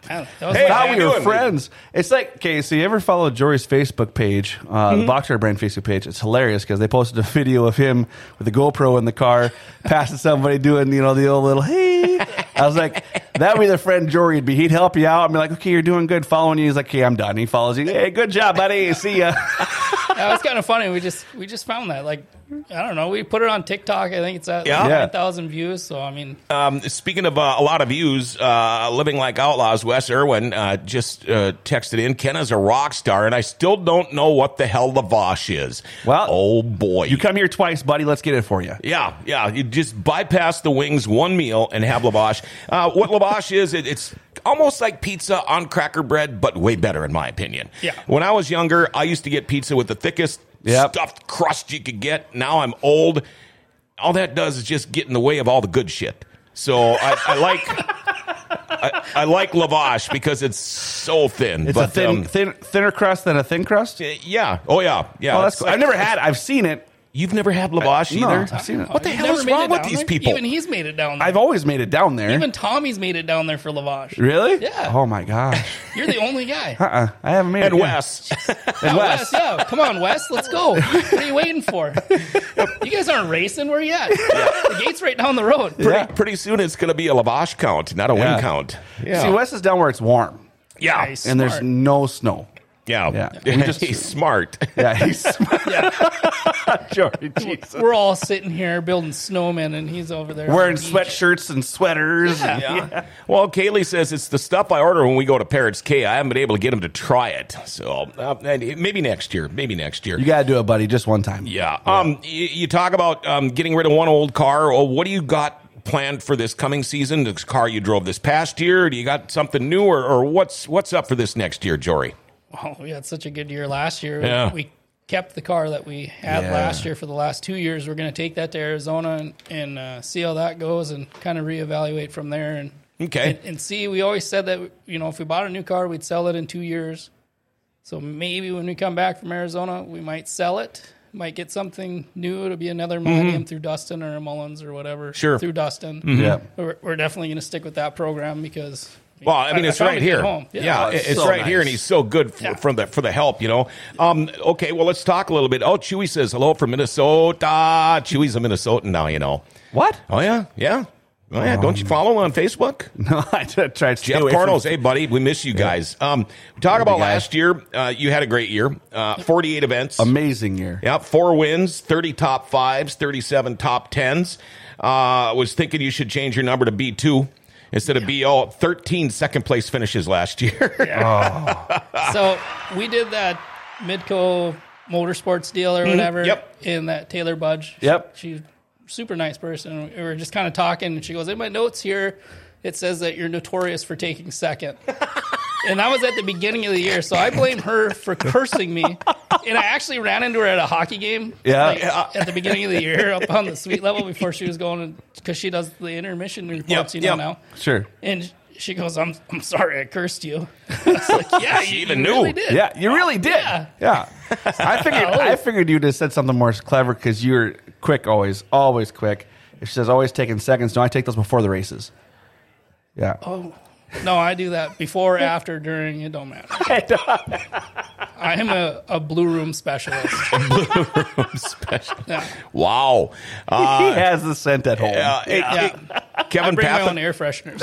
Speaker 4: That was
Speaker 2: Hey,
Speaker 4: like-
Speaker 2: how
Speaker 3: Now
Speaker 2: you
Speaker 3: we were
Speaker 2: doing?
Speaker 3: friends. It's like okay, so you ever follow Jory's Facebook page, uh, the Boxer Brand Facebook page? It's hilarious because they posted a video of him with a GoPro in the car, passing somebody doing you know the old little hey. I was like, that would be the friend Jory'd be. He'd help you out. I'm like, okay, you're doing good, following you. He's like, okay, I'm done. He follows you. Hey, good job, buddy. See ya.
Speaker 4: that was kind of funny. We just we just found that. Like I don't know. We put it on TikTok. I think it's at
Speaker 2: Yeah.
Speaker 4: like
Speaker 3: Yeah.
Speaker 4: nine thousand views. So I mean,
Speaker 2: Um, speaking of uh, a lot of views, uh, living like outlaws, Wes Irwin uh, just uh, texted in. Ken is a rock star, and I still don't know what the hell the Vosh is.
Speaker 3: Well,
Speaker 2: oh boy,
Speaker 3: You come here twice, buddy. Let's get it for you.
Speaker 2: yeah, yeah. You just bypass the wings, one meal, and have lavash. Uh, what lavash is, it, it's almost like pizza on cracker bread, but way better, in my opinion.
Speaker 4: Yeah.
Speaker 2: When I was younger, I used to get pizza with the thickest
Speaker 3: Yep.
Speaker 2: stuffed crust you could get. Now I'm old. All that does is just get in the way of all the good shit. So I, I like. I, I like lavash because it's so thin.
Speaker 3: It's
Speaker 2: but,
Speaker 3: a thin,
Speaker 2: um,
Speaker 3: thin, thinner crust than a thin crust.
Speaker 2: yeah. Oh yeah. Yeah.
Speaker 3: Oh, that's
Speaker 2: It's
Speaker 3: cool.
Speaker 2: like-
Speaker 3: I've never had. I've seen it.
Speaker 2: You've never had lavash
Speaker 3: No,
Speaker 2: either.
Speaker 3: I've seen it.
Speaker 2: What the
Speaker 4: You've
Speaker 2: hell
Speaker 4: never
Speaker 2: is
Speaker 4: made
Speaker 2: wrong
Speaker 4: it
Speaker 2: with
Speaker 4: down
Speaker 2: these
Speaker 4: there?
Speaker 2: people?
Speaker 4: Even he's made it down there.
Speaker 3: I've always made it down there.
Speaker 4: Even Tommy's made it down there for Lavash.
Speaker 3: really?
Speaker 4: Yeah.
Speaker 3: Oh my gosh.
Speaker 4: You're the only guy.
Speaker 3: Uh-uh. I haven't made
Speaker 2: and
Speaker 3: it. yet.
Speaker 2: Wes.
Speaker 4: Yeah, Wes. yeah, come on, Wes, let's go. What are you waiting for? You guys aren't racing. Where you at? The gate's right down the road.
Speaker 2: pretty,
Speaker 3: Yeah.
Speaker 2: pretty soon it's going to be a lavash count, not a
Speaker 3: Yeah.
Speaker 2: win count.
Speaker 3: See, West is down where it's warm
Speaker 2: Yeah.
Speaker 4: Nice.
Speaker 3: and there's
Speaker 4: Smart.
Speaker 3: no snow.
Speaker 2: Yeah.
Speaker 3: Yeah.
Speaker 2: He's
Speaker 3: We just-
Speaker 2: smart.
Speaker 3: Yeah, he's smart. Jory, Jesus.
Speaker 4: We're all sitting here building snowmen, and he's over there
Speaker 3: Wearing
Speaker 4: on the beach.
Speaker 3: sweatshirts and sweaters. and-
Speaker 4: Yeah.
Speaker 2: Well, Kaylee says it's the stuff I order when we go to Parrots K. I haven't been able to get him to try it. So uh, and it- maybe next year. Maybe next year.
Speaker 3: You got to do it, buddy, just one time.
Speaker 2: yeah. Um, y- you, talk about um, getting rid of one old car. Well, what do you got planned for this coming season? The car you drove this past year? Do you got something new or, or what's what's up for this next year, Jory?
Speaker 4: Oh, we had such a good year last year.
Speaker 2: Yeah.
Speaker 4: We kept the car that we had
Speaker 3: Yeah.
Speaker 4: last year for the last two years. We're going to take that to Arizona and, and uh, see how that goes and kind of reevaluate from there. And
Speaker 2: Okay.
Speaker 4: and, and see, we always said that you know if we bought a new car, we'd sell it in two years. So maybe when we come back from Arizona, we might sell it. Might get something new. It'll be another Millennium through Dustin or a Mullins or whatever.
Speaker 2: Mm-hmm. Sure. Mm-hmm.
Speaker 4: Through Dustin.
Speaker 3: Yeah.
Speaker 4: We're, we're definitely going to stick with that program because.
Speaker 2: Well, I mean, it's
Speaker 4: found
Speaker 2: right
Speaker 4: it at
Speaker 2: here.
Speaker 4: home.
Speaker 2: Yeah,
Speaker 3: Oh,
Speaker 2: it's,
Speaker 3: it's so
Speaker 2: right here,
Speaker 3: nice.
Speaker 2: and he's so good for,
Speaker 4: Yeah.
Speaker 2: from the for the help, you know. Um, okay, well, let's talk a little bit. Oh, Chewy says hello from Minnesota. Chewy's a Minnesotan now, you know.
Speaker 3: What?
Speaker 2: Oh yeah, yeah. Oh yeah. Don't you follow on Facebook?
Speaker 3: No, I tried to stay
Speaker 2: Jeff
Speaker 3: Um, away from-
Speaker 2: Cornels, hey buddy, we miss you guys. Um, we talk about
Speaker 3: guy.
Speaker 2: last year. Uh, you had a great year. Uh, Forty-eight events.
Speaker 3: Amazing year.
Speaker 2: Yep, four wins, 30 top fives, 37 top tens. Uh, I was thinking you should change your number to B2 instead of BO. 13 second place finishes last year.
Speaker 4: so we did that Midco Motorsports deal or whatever.
Speaker 2: Mm-hmm. Yep.
Speaker 4: And that Taylor Budge.
Speaker 3: Yep.
Speaker 4: She, she's a super nice person. We were just kind of talking, and she goes, "In my notes here, it says that you're notorious for taking second. and that was at the beginning of the year, so I blame her for cursing me. And I actually ran into her at a hockey game.
Speaker 3: Yeah.
Speaker 4: like, At the beginning of the year, up on the suite level before she was going, because she does the intermission reports, you know
Speaker 2: yep.
Speaker 4: now.
Speaker 3: Sure.
Speaker 4: And she goes, "I'm I'm sorry, I cursed you." I was like, "Yeah,
Speaker 2: She
Speaker 4: you
Speaker 2: even
Speaker 4: you
Speaker 2: knew.
Speaker 4: really did.
Speaker 3: Yeah, you really did.
Speaker 4: Yeah.
Speaker 3: Yeah. I figured I figured you'd have said something more clever because you're quick always, always quick. If she says always taking seconds, no, I take those before the races. Yeah.
Speaker 4: No, I do that before, after, during. It don't matter. I am a, a blue room specialist. Yeah.
Speaker 2: wow. Uh,
Speaker 3: he has the scent at home.
Speaker 2: uh, it-
Speaker 4: Yeah.
Speaker 2: it- Kevin
Speaker 4: Bring my own
Speaker 2: Pathan.
Speaker 4: air fresheners.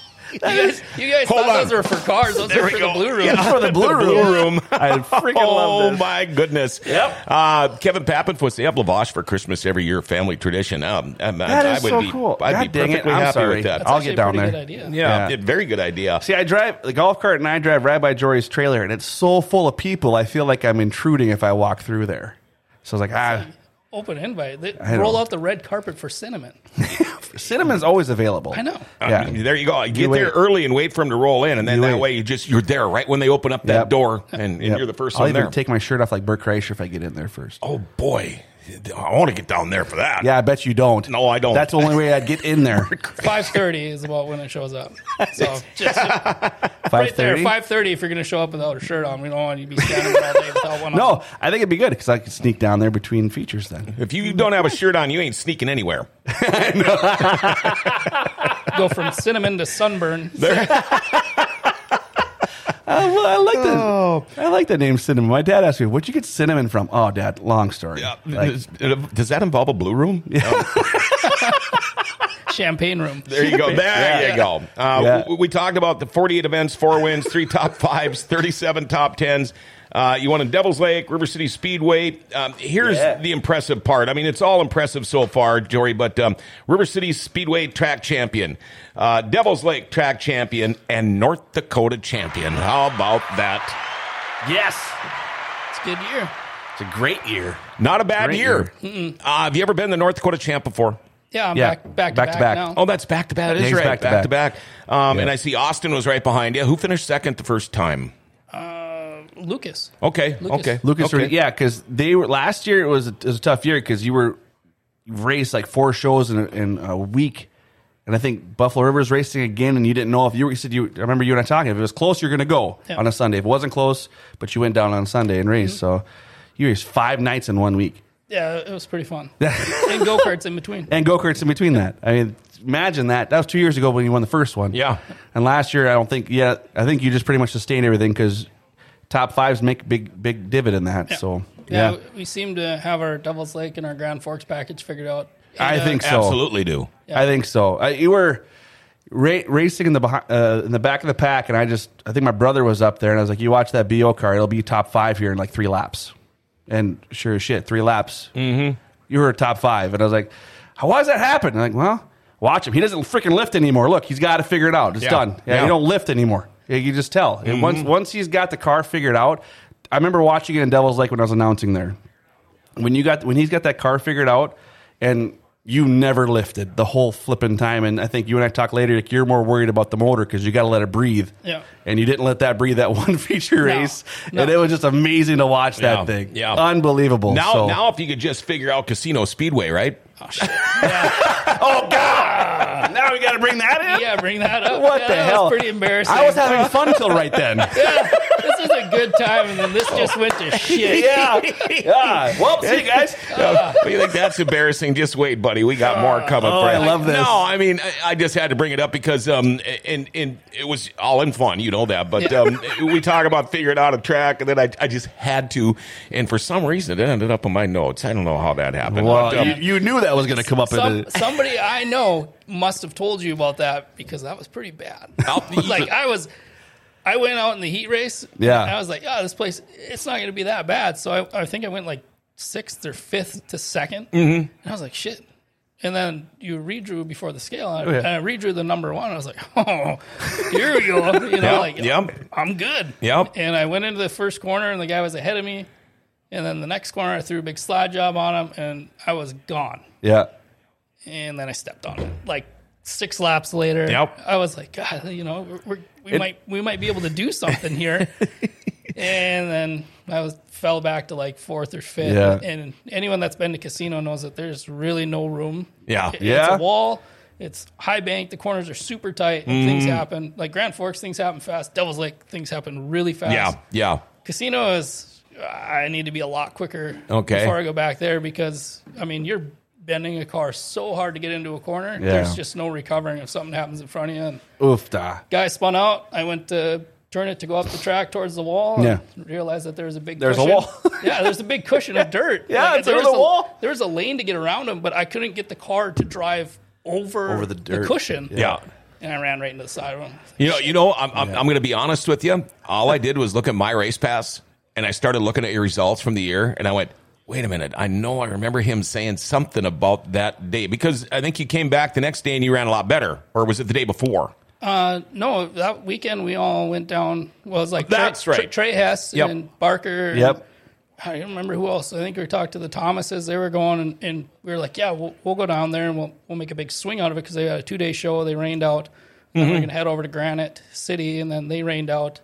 Speaker 4: you guys, you guys
Speaker 2: Hold
Speaker 4: thought
Speaker 2: on.
Speaker 4: those were for cars. Those
Speaker 2: There
Speaker 4: were
Speaker 2: we
Speaker 4: for
Speaker 2: go.
Speaker 4: the blue room.
Speaker 2: Yeah.
Speaker 3: for the blue room.
Speaker 2: Blue room.
Speaker 3: I freaking
Speaker 2: Oh
Speaker 3: love this.
Speaker 2: my goodness!
Speaker 3: Yep.
Speaker 2: Uh, Kevin Pappen puts the apple bosh for Christmas every year, family tradition. Um, um,
Speaker 3: That
Speaker 2: I
Speaker 3: is
Speaker 2: would
Speaker 3: so
Speaker 2: be,
Speaker 3: cool.
Speaker 2: I'd
Speaker 3: God
Speaker 2: be
Speaker 3: dang it,
Speaker 2: perfectly
Speaker 3: I'm
Speaker 2: happy
Speaker 3: sorry.
Speaker 2: with that.
Speaker 4: That's
Speaker 3: I'll
Speaker 4: actually
Speaker 3: get
Speaker 4: a
Speaker 3: down
Speaker 4: pretty
Speaker 3: there.
Speaker 4: Good idea.
Speaker 2: yeah,
Speaker 3: Yeah.
Speaker 2: it- very good idea.
Speaker 3: See, I drive the golf cart and I drive right by Jory's trailer, and it's so full of people. I feel like I'm intruding if I walk through there. So I was like, ah,
Speaker 4: Open invite. They-
Speaker 3: know.
Speaker 4: roll out the red carpet for cinnamon.
Speaker 3: cinnamon's always available.
Speaker 4: I know.
Speaker 2: I
Speaker 3: Yeah.
Speaker 2: mean, Uh, there you go. Get
Speaker 3: wait.
Speaker 2: there early and wait for them to roll in, and then
Speaker 3: You
Speaker 2: that
Speaker 3: wait.
Speaker 2: way you just you're there right when they open up that
Speaker 3: Yep.
Speaker 2: door, and, and
Speaker 3: Yep.
Speaker 2: you're the 1st
Speaker 3: I'll
Speaker 2: one
Speaker 3: even
Speaker 2: there.
Speaker 3: take my shirt off like Bert Kreischer if I get in there first.
Speaker 2: oh boy, I want to get down there for that.
Speaker 3: Yeah, I bet you don't.
Speaker 2: No, I don't.
Speaker 3: That's the only way I'd get in there.
Speaker 4: Five thirty is about when it shows up. So just
Speaker 3: Five
Speaker 4: right there,
Speaker 3: thirty.
Speaker 4: five thirty. If you're gonna show up without a shirt on, we don't want you to be standing there all day without one. on.
Speaker 3: No, I think it'd be good because I could sneak down there between features. Then
Speaker 2: If you don't have a shirt on, you ain't sneaking anywhere.
Speaker 4: go from cinnamon to sunburn.
Speaker 3: I, I like that. I like that name, cinnamon. My dad asked me, "Where'd you get cinnamon from?" Oh, dad, long story.
Speaker 2: Yeah.
Speaker 3: Like,
Speaker 2: does, uh, does that involve a blue room?
Speaker 4: Champagne room.
Speaker 2: There you go. There you go. Uh,
Speaker 3: Yeah.
Speaker 2: w- we talked about the 48 events, four wins, three top fives, 37 top tens. Uh, you won in Devil's Lake, River City Speedway. Um, here's
Speaker 3: Yeah.
Speaker 2: the impressive part. I mean, it's all impressive so far, Jory, but um, River City Speedway track champion, uh, Devil's Lake track champion, and North Dakota champion. How about that?
Speaker 3: yes,
Speaker 4: It's a good year.
Speaker 3: it's a great year.
Speaker 2: Not a bad
Speaker 3: Great
Speaker 2: year. Uh, have you ever been the North Dakota champ before?
Speaker 4: Yeah, I'm
Speaker 3: Yeah, back
Speaker 4: back back to back,
Speaker 3: to back.
Speaker 4: now.
Speaker 2: Oh, that's back to back. That
Speaker 3: Yeah,
Speaker 2: is
Speaker 3: he's
Speaker 2: right. Back,
Speaker 3: back to
Speaker 2: to back. Um, And I see Austin was right behind you. Who finished second the first time?
Speaker 4: Lucas.
Speaker 2: Okay.
Speaker 4: Lucas.
Speaker 2: Okay.
Speaker 3: Lucas,
Speaker 2: Okay.
Speaker 3: Re- yeah, because they were last year. It was a, it was a tough year because you were you raced like four shows in a, in a week, and I think Buffalo River is racing again, and you didn't know if you were. You said you I remember you and I talking. If it was close, you're going to go
Speaker 4: Yeah.
Speaker 3: on a Sunday. If it wasn't close, but you went down on Sunday and raced, so you raced five nights in one week
Speaker 4: Yeah, it was pretty fun. and go karts in between.
Speaker 3: and go karts in between that. I mean, imagine that. That was two years ago when you won the first one.
Speaker 2: Yeah.
Speaker 3: and last year I don't think. Yeah, I think you just pretty much sustained everything because top fives make big big dividend that. So
Speaker 4: Yeah, we seem to have our Devil's Lake and our Grand Forks package figured out.
Speaker 3: I
Speaker 4: And, uh,
Speaker 3: think so.
Speaker 2: Absolutely do.
Speaker 3: I think so. I, you were ra- racing in the behind, uh, in the back of the pack, and I just I think my brother was up there, and I was like, "You watch that bo car; it'll be top five here in like three laps." And sure as shit, three laps, mm-hmm. you were top five, and I was like, "How why does that happen?" And I'm like, well, watch him. He doesn't freaking lift anymore. Look, he's got to figure it out. It's
Speaker 2: Yeah.
Speaker 3: done. Yeah,
Speaker 2: Yeah. Mm-hmm.
Speaker 3: you don't lift anymore. Yeah, You just tell. And once once he's got the car figured out, I remember watching it in Devil's Lake when I was announcing there when you got when he's got that car figured out and you never lifted the whole flipping time and i think you and i talk later like you're more worried about the motor because you got to let it breathe
Speaker 4: Yeah.
Speaker 3: and you didn't let that breathe that one feature race
Speaker 4: no.
Speaker 3: and it was just amazing to watch that
Speaker 2: Yeah,
Speaker 3: thing
Speaker 2: yeah.
Speaker 3: unbelievable
Speaker 2: Now,
Speaker 3: So-
Speaker 2: now, if you could just figure out Casino Speedway, right?
Speaker 3: oh god now we got to bring that in
Speaker 4: Yeah, bring that up.
Speaker 3: what
Speaker 4: Yeah,
Speaker 3: the
Speaker 4: that
Speaker 3: hell
Speaker 4: Was pretty embarrassing.
Speaker 3: i was having fun till right then
Speaker 4: this is a good time, and then this just went to shit.
Speaker 3: yeah yeah well see you guys
Speaker 2: Uh, you think that's embarrassing? Just wait, buddy. We got more coming.
Speaker 3: Oh,
Speaker 2: for
Speaker 3: I
Speaker 2: you.
Speaker 3: love this.
Speaker 2: No, I mean, I, I just had to bring it up because, um, and and it was all in fun, you know that. But
Speaker 4: Yeah.
Speaker 2: um, we talk about figuring out a track, and then I, I just had to, and for some reason, it ended up in my notes. I don't know how that happened.
Speaker 3: well
Speaker 2: But, um,
Speaker 3: you, you knew that was going to come up in
Speaker 4: Some,
Speaker 3: the
Speaker 4: somebody I know must have told you about that because that was pretty bad. like I was, I went out in the heat race.
Speaker 3: Yeah.
Speaker 4: and I was like, oh, this place, it's not going to be that bad. So I, I think I went like sixth or fifth to 2nd
Speaker 3: Mm-hmm.
Speaker 4: and I was like, shit. And then you redrew before the scale, and, I,
Speaker 3: Oh, yeah.
Speaker 4: and I redrew the number one. I was like, oh, here we go. You know,
Speaker 2: Yep,
Speaker 4: like
Speaker 2: yep.
Speaker 4: I'm good.
Speaker 2: Yep.
Speaker 4: And I went into the first corner, and the guy was ahead of me. And then the next corner, I threw a big slide job on him, and I was gone
Speaker 3: yeah
Speaker 4: and then I stepped on it. Like six laps later,
Speaker 2: Yep.
Speaker 4: I was like, God, you know, we're, we're, we might we might be able to do something here. and then I was fell back to like fourth or fifth.
Speaker 3: Yeah.
Speaker 4: And anyone that's been to casino knows that there's really no room.
Speaker 2: Yeah.
Speaker 4: It-
Speaker 3: Yeah.
Speaker 4: It's a wall. It's high bank. The corners are super tight. And Things
Speaker 2: Mm-hmm.
Speaker 4: happen. Like Grand Forks, things happen fast. Devil's Lake, things happen really fast
Speaker 2: yeah, yeah.
Speaker 4: casino is I need to be a lot quicker
Speaker 2: Okay.
Speaker 4: before I go back there because I mean you're bending a car so hard to get into a corner.
Speaker 3: Yeah.
Speaker 4: There's just no recovering if something happens in front of you. And
Speaker 3: oof da
Speaker 4: guy spun out. I went to turn it to go up the track towards the wall.
Speaker 3: Yeah.
Speaker 4: And realized that there was a big
Speaker 3: There's a
Speaker 4: cushion.
Speaker 3: wall.
Speaker 4: yeah, there's a big cushion of dirt.
Speaker 3: Yeah, it's
Speaker 4: there
Speaker 3: over
Speaker 4: was
Speaker 3: the
Speaker 4: a,
Speaker 3: wall.
Speaker 4: There was a lane to get around him, but I couldn't get the car to drive over
Speaker 3: Over the dirt.
Speaker 4: cushion.
Speaker 2: Yeah.
Speaker 4: And I ran right into the side of him.
Speaker 2: You know, you know, I'm, I'm, I'm going to be honest with you. All I did was look at my race pass, and I started looking at your results from the year, and I went, "Wait a minute! I know I remember him saying something about that day because I think you came back the next day and you ran a lot better, or was it the day before?
Speaker 4: Uh, no, that weekend we all went down. Well, it was like
Speaker 2: That's
Speaker 4: Trey,
Speaker 2: right.
Speaker 4: Trey Hess
Speaker 2: Yep.
Speaker 4: and Barker. and
Speaker 3: Yep.
Speaker 4: I don't remember who else. I think we talked to the Thomases. They were going, and, and we were like, "Yeah, we'll, we'll go down there and we'll we'll make a big swing out of it because they had a two day show. They rained out.
Speaker 2: Mm-hmm.
Speaker 4: And then we're gonna head over to Granite City, and then they rained out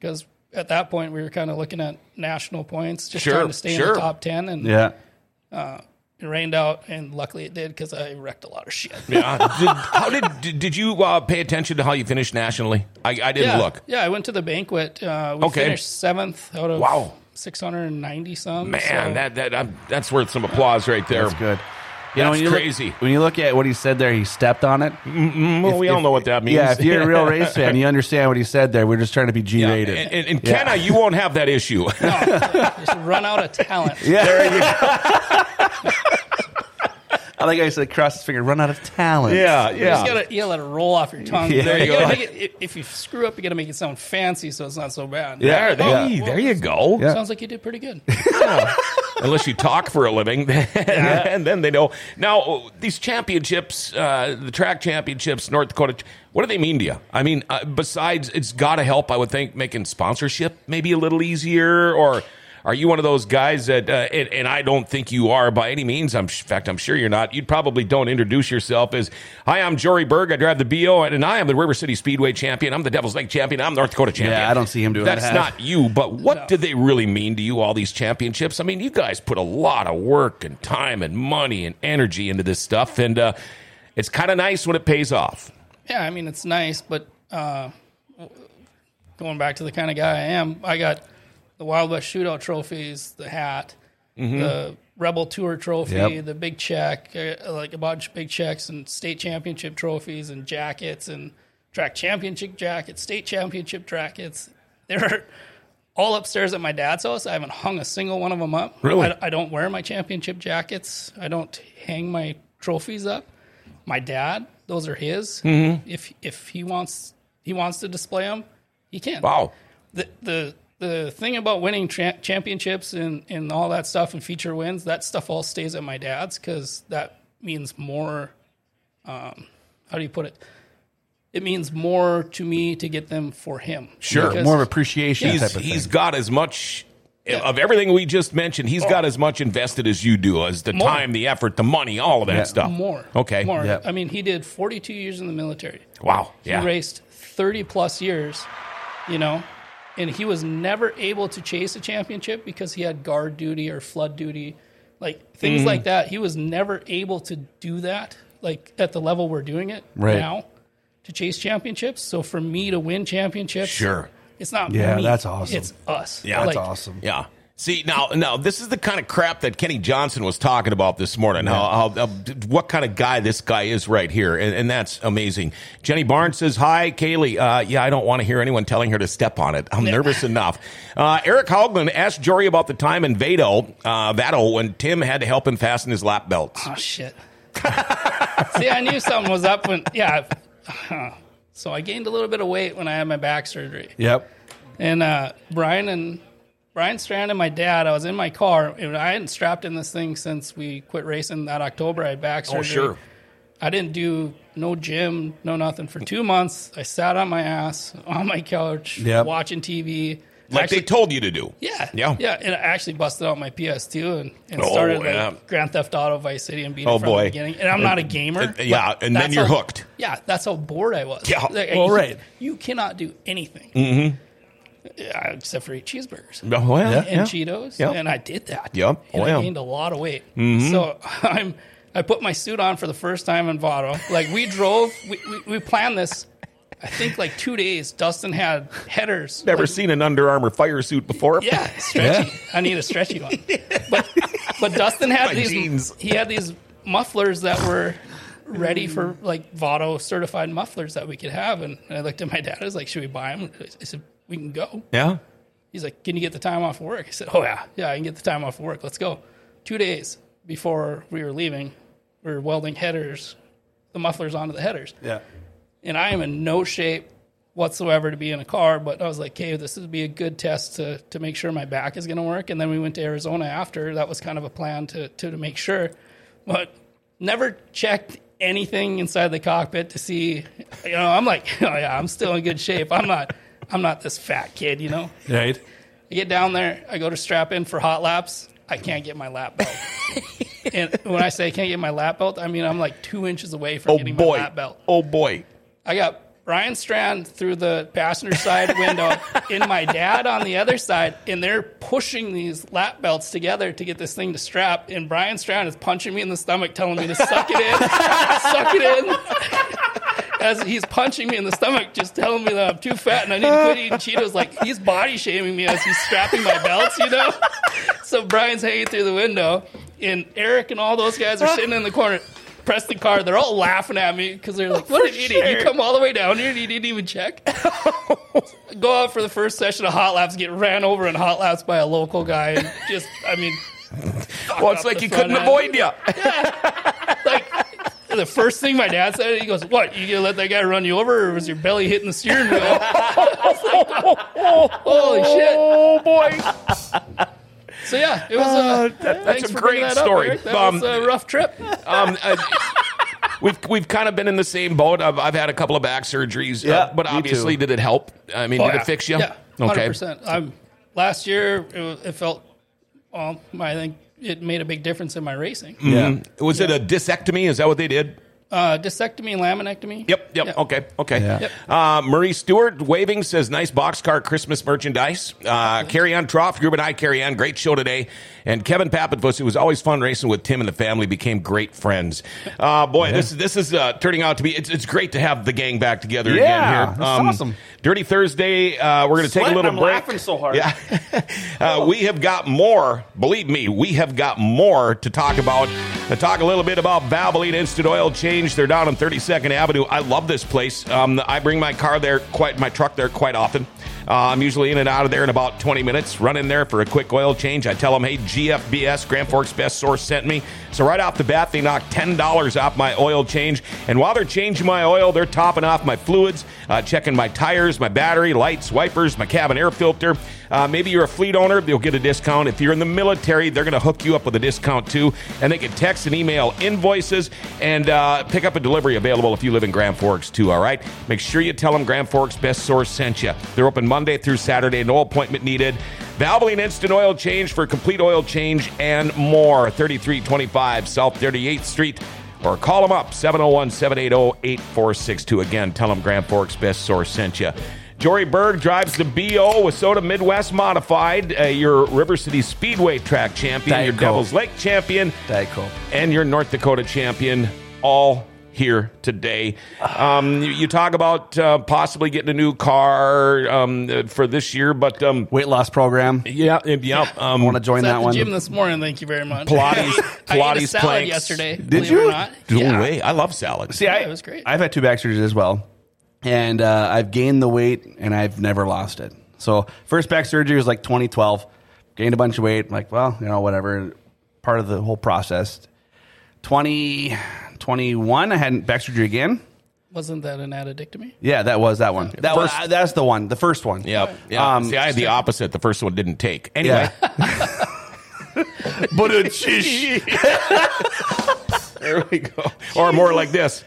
Speaker 4: because at that point we were kind of looking at national points, just
Speaker 2: Sure,
Speaker 4: trying to stay
Speaker 2: sure.
Speaker 4: in the top ten. And
Speaker 3: yeah
Speaker 4: Uh, it rained out, and luckily it did because I wrecked a lot of shit.
Speaker 2: Yeah. Did, how did did- did you uh, pay attention to how you finished nationally? I, I didn't
Speaker 4: yeah,
Speaker 2: look.
Speaker 4: Yeah, I went to the banquet. Uh, we
Speaker 2: Okay.
Speaker 4: finished seventh out of
Speaker 2: Wow.
Speaker 4: 690 some.
Speaker 2: Man,
Speaker 4: so-
Speaker 2: that that I'm, that's worth some applause right there.
Speaker 3: That's good. You
Speaker 2: That's
Speaker 3: when you look-
Speaker 2: crazy.
Speaker 3: when you look at what he said there, he stepped on it.
Speaker 2: Well, Mm, we all know what that means.
Speaker 3: Yeah, if you're a real race fan, you understand what he said there. We're just trying to be G-rated.
Speaker 2: And, and, and Kenna, you won't have that issue.
Speaker 4: just run out of talent.
Speaker 3: Yeah. I like how he said, cross his finger, run out of talent.
Speaker 2: yeah,
Speaker 4: You just gotta you gotta let it roll off your tongue.
Speaker 3: Yeah. There
Speaker 2: you
Speaker 4: gotta
Speaker 2: go.
Speaker 4: Make it, if you screw up, you gotta make it sound fancy so it's not so bad.
Speaker 2: There, there,
Speaker 3: Yeah.
Speaker 2: hey, there you go.
Speaker 3: Yeah.
Speaker 4: Sounds like you did pretty good.
Speaker 2: Unless you talk for a living, and then they know. Now these championships, uh, the track championships, North Dakota. What do they mean to you? I mean, uh, besides, it's got to help. I would think making sponsorship maybe a little easier. Or are you one of those guys that? Uh, and, and I don't think you are by any means. I'm in fact, I'm sure you're not. You probably don't introduce yourself as, "Hi, I'm Jory Berg. I drive the BO, and, and I am the River City Speedway champion. I'm the Devil's Lake champion. I'm North Dakota champion."
Speaker 3: I don't see him doing
Speaker 2: That's
Speaker 3: that.
Speaker 2: not you, but what
Speaker 4: No.
Speaker 2: do they really mean to you, all these championships? I mean, you guys put a lot of work and time and money and energy into this stuff, and uh, it's kind of nice when it pays off.
Speaker 4: yeah, I mean it's nice, but uh, going back to the kind of guy I am, I got the Wild West Shootout trophies, the hat, the Rebel Tour trophy,
Speaker 3: Yep.
Speaker 4: the big check, uh, like a bunch of big checks and state championship trophies and jackets and track championship jackets, state championship jackets. They're all upstairs at my dad's house. I haven't hung a single one of them up.
Speaker 2: Really?
Speaker 4: I, I don't wear my championship jackets. I don't hang my trophies up. My dad, those are his.
Speaker 2: Mm-hmm.
Speaker 4: If if he wants he wants to display them, he can.
Speaker 2: Wow.
Speaker 4: The the the thing about winning cha- championships and and all that stuff and feature wins, that stuff all stays at my dad's because that means more. Um, how do you put it? It means more to me to get them for him.
Speaker 2: Sure.
Speaker 4: Because-
Speaker 3: More of appreciation
Speaker 2: He's,
Speaker 3: type of
Speaker 2: he's
Speaker 3: thing.
Speaker 2: got as much of everything we just mentioned, He's got as much invested as you do, as the
Speaker 4: Oh. More.
Speaker 2: time, the effort, the money, all of that
Speaker 3: Yeah.
Speaker 2: stuff.
Speaker 4: More.
Speaker 2: Okay.
Speaker 4: More.
Speaker 3: Yep.
Speaker 4: I mean, he did 42 years in the military.
Speaker 2: Wow.
Speaker 4: He
Speaker 2: Yeah.
Speaker 4: raced 30 plus years, you know, and he was never able to chase a championship because he had guard duty or flood duty, like
Speaker 3: Mm-hmm.
Speaker 4: things like that. He was never able to do that, like at the level we're doing it
Speaker 3: Right.
Speaker 4: now to chase championships. So for me to win championships,
Speaker 2: Sure.
Speaker 4: it's not
Speaker 3: Yeah,
Speaker 4: me,
Speaker 3: that's awesome.
Speaker 4: It's us.
Speaker 2: Yeah,
Speaker 3: That's
Speaker 4: Like,
Speaker 3: awesome.
Speaker 2: Yeah. See now, now this is the kind of crap that Kenny Johnson was talking about this morning. How, how, how what kind of guy this guy is right here, and, and that's amazing. Jenny Barnes says, "Hi, Kaylee. Uh, yeah, I don't want to hear anyone telling her to step on it. I'm nervous enough." Uh, Eric Hoglund asked Jory about the time in Vado, uh, Vado when Tim had to help him fasten his lap belts.
Speaker 4: Oh shit! See, I knew something was up when yeah. So I gained a little bit of weight when I had my back surgery,
Speaker 3: Yep.
Speaker 4: and uh, Brian and Brian Strand and my dad. I was in my car, and I hadn't strapped in this thing since we quit racing that October. I had back
Speaker 2: Oh,
Speaker 3: Oh,
Speaker 4: surgery. I didn't do no gym, no nothing for two months. I sat on my ass on my couch,
Speaker 3: Yep.
Speaker 4: watching TV.
Speaker 2: like
Speaker 4: Actually-
Speaker 2: they told you to do.
Speaker 4: yeah.
Speaker 2: Yeah.
Speaker 4: Yeah. And I actually busted out my PS2 and, and
Speaker 2: Oh,
Speaker 4: started like
Speaker 2: yeah.
Speaker 4: Grand Theft Auto Vice City and beat
Speaker 2: Oh,
Speaker 4: it from
Speaker 2: boy.
Speaker 4: the beginning. And I'm not a gamer.
Speaker 2: Uh, yeah,
Speaker 4: but
Speaker 2: and then
Speaker 4: that's
Speaker 2: you're
Speaker 4: how-
Speaker 2: hooked.
Speaker 4: Yeah. That's how bored I was.
Speaker 2: Yeah.
Speaker 4: Like,
Speaker 3: Well,
Speaker 4: you-
Speaker 3: right.
Speaker 4: You cannot do anything. Mm-hmm. Yeah, except for eat cheeseburgers
Speaker 2: Oh, Well,
Speaker 3: Yeah.
Speaker 4: and Cheetos.
Speaker 2: Yeah. Oh, Mm-hmm.
Speaker 4: And I did that.
Speaker 2: Yep.
Speaker 4: And
Speaker 2: Wow.
Speaker 4: I gained a lot of weight. So I'm I put my suit on for the first time in Vado. Like we drove, we, we, we planned this. I think like two days. Dustin had headers.
Speaker 2: Never
Speaker 4: like,
Speaker 2: seen an Under Armour fire suit before.
Speaker 4: yeah, stretchy. I need a stretchy one. But but Dustin had
Speaker 2: My
Speaker 4: these
Speaker 2: jeans.
Speaker 4: he had these mufflers that were ready for like Votto certified mufflers that we could have and I looked at my dad, I was like, Should we buy them? I said, We can go.
Speaker 2: yeah.
Speaker 4: He's like, Can you get the time off work? I said, Oh yeah, yeah, I can get the time off work. Let's go. Two days before we were leaving, we were welding headers, the mufflers onto the headers
Speaker 3: Yeah.
Speaker 4: and I am in no shape whatsoever to be in a car. But I was like, hey, this would be a good test to to make sure my back is going to work. And then we went to Arizona after. That was kind of a plan to to, to make sure, but never checked anything inside the cockpit to see. You know, I'm like, oh yeah, I'm still in good shape. I'm not. I'm not this fat kid, you know.
Speaker 3: Right.
Speaker 4: I get down there, I go to strap in for hot laps. I can't get my lap belt. and when I say I can't get my lap belt, I mean I'm like two inches away from
Speaker 2: Oh
Speaker 4: getting
Speaker 2: boy.
Speaker 4: my lap belt.
Speaker 2: Oh boy.
Speaker 4: I got Ryan Strand through the passenger side window and my dad on the other side, and they're pushing these lap belts together to get this thing to strap. And Brian Strand is punching me in the stomach, telling me to suck it in, suck it in. As he's punching me in the stomach, just telling me that I'm too fat and I need to quit eating Cheetos. Like he's body shaming me as he's strapping my belts, you know. So Brian's hanging through the window, and Eric and all those guys are sitting in the corner. Press the car. They're all laughing at me because they're like, "What an idiot! You come all the way down here and you didn't even check." Go out for the first session of hot laps, get ran over in hot laps by a local guy, and just, I mean,
Speaker 2: Well, it's
Speaker 4: up
Speaker 2: like
Speaker 4: the
Speaker 2: he
Speaker 4: front
Speaker 2: couldn't
Speaker 4: end.
Speaker 2: avoid you.
Speaker 4: like the first thing my dad said, he goes, "What? You gonna let that guy run you over, or was your belly hitting the steering wheel?" Holy shit!
Speaker 2: Oh boy,
Speaker 4: So yeah, it was. Uh,
Speaker 2: that- that's
Speaker 4: thanks
Speaker 2: a
Speaker 4: for bringing
Speaker 2: great
Speaker 4: that up,
Speaker 2: story.
Speaker 4: Eric. That
Speaker 2: Um,
Speaker 4: was a rough trip.
Speaker 2: um, uh, we've we've kind of been in the same boat. I've, I've had a couple of back surgeries, uh,
Speaker 3: Yeah,
Speaker 2: but
Speaker 3: me
Speaker 2: obviously,
Speaker 3: too. Oh,
Speaker 2: did it help? I mean, did
Speaker 4: Oh, yeah.
Speaker 2: it fix you?
Speaker 4: Yeah, hundred
Speaker 2: Okay.
Speaker 4: percent. I'm last year. It, was, it felt. Um, I think it made a big difference in my racing.
Speaker 3: Yeah.
Speaker 2: Mm. Was it a disectomy? Is that what they did?
Speaker 4: Uh, dissectomy and laminectomy.
Speaker 2: Yep. Yep.
Speaker 4: Yeah.
Speaker 2: Okay. Okay.
Speaker 3: Yeah.
Speaker 4: Yep.
Speaker 2: Uh, Marie Stewart waving says, "Nice boxcar Christmas merchandise." Uh, Carrie Ann Troff, Group and I, Carrie Ann, great show today. And Kevin Papenfuss, it was always fun racing with Tim and the family, became great friends. Uh, boy, this this is uh, turning out to be it's, it's great to have the gang back together
Speaker 3: Yeah,
Speaker 2: again here. Um,
Speaker 3: that's awesome.
Speaker 2: Dirty Thursday. Uh, we're going to take a
Speaker 3: Sweating,
Speaker 2: little
Speaker 3: I'm
Speaker 2: break.
Speaker 3: laughing so hard.
Speaker 2: Yeah. uh, we have got more. Believe me, we have got more to talk about. To talk a little bit about Valvoline Instant Oil Change. They're down on 32nd Avenue. I love this place. Um, I bring my car there quite, my truck there quite often. Uh, I'm usually in and out of there in about 20 minutes. Run in there for a quick oil change. I tell them, hey, GFBS, Grand Forks Best Source sent me. So right off the bat, they knocked $10 off my oil change. And while they're changing my oil, they're topping off my fluids, uh, checking my tires, my battery, lights, wipers, my cabin air filter. Uh, maybe you're a fleet owner, you'll get a discount. If you're in the military, they're going to hook you up with a discount too. And they can text and email invoices and uh, pick up a delivery available if you live in Grand Forks too, all right? Make sure you tell them Grand Forks Best Source sent you. They're open Monday through Saturday, no appointment needed. Valvoline Instant Oil Change for complete oil change and more. 3325 South 38th Street. Or call them up, 701 780 8462. Again, tell them Grand Forks Best Source sent you. Jory Berg drives the BO Wasota Midwest Modified, uh, your River City Speedway track champion,
Speaker 3: Diet
Speaker 2: your
Speaker 3: Coke.
Speaker 2: Devil's Lake champion,
Speaker 3: Diet Coke.
Speaker 2: and your North Dakota champion, all here today. Um, you, you talk about uh, possibly getting a new car um, uh, for this year, but um,
Speaker 3: Weight loss program.
Speaker 2: yeah, yeah. Um,
Speaker 3: Want to join
Speaker 4: Was at
Speaker 3: that
Speaker 4: the
Speaker 3: one?
Speaker 4: gym this morning. Thank you very much.
Speaker 2: Pilates,
Speaker 4: I ate, I ate a
Speaker 2: Pilates
Speaker 4: salad
Speaker 2: planks.
Speaker 4: yesterday.
Speaker 3: Did
Speaker 4: believe
Speaker 3: you?
Speaker 4: It or not.
Speaker 2: No
Speaker 4: Yeah.
Speaker 2: way. I love salads.
Speaker 3: See, I,
Speaker 4: it was great.
Speaker 3: I've had two back surgeries as well, and uh, I've gained the weight and I've never lost it. So first back surgery was like 2012. Gained a bunch of weight. Like, well, you know, whatever. Part of the whole process. 2021, I had back surgery again.
Speaker 4: Wasn't that an addictomy?
Speaker 3: Yeah, that was that one. That was uh,
Speaker 2: First-
Speaker 3: that's the one. The first one.
Speaker 2: Yeah, yeah.
Speaker 3: Um,
Speaker 2: See, I had the opposite. The first one didn't take. Anyway.
Speaker 3: Yeah.
Speaker 2: but a shish. there we go. Or more like this.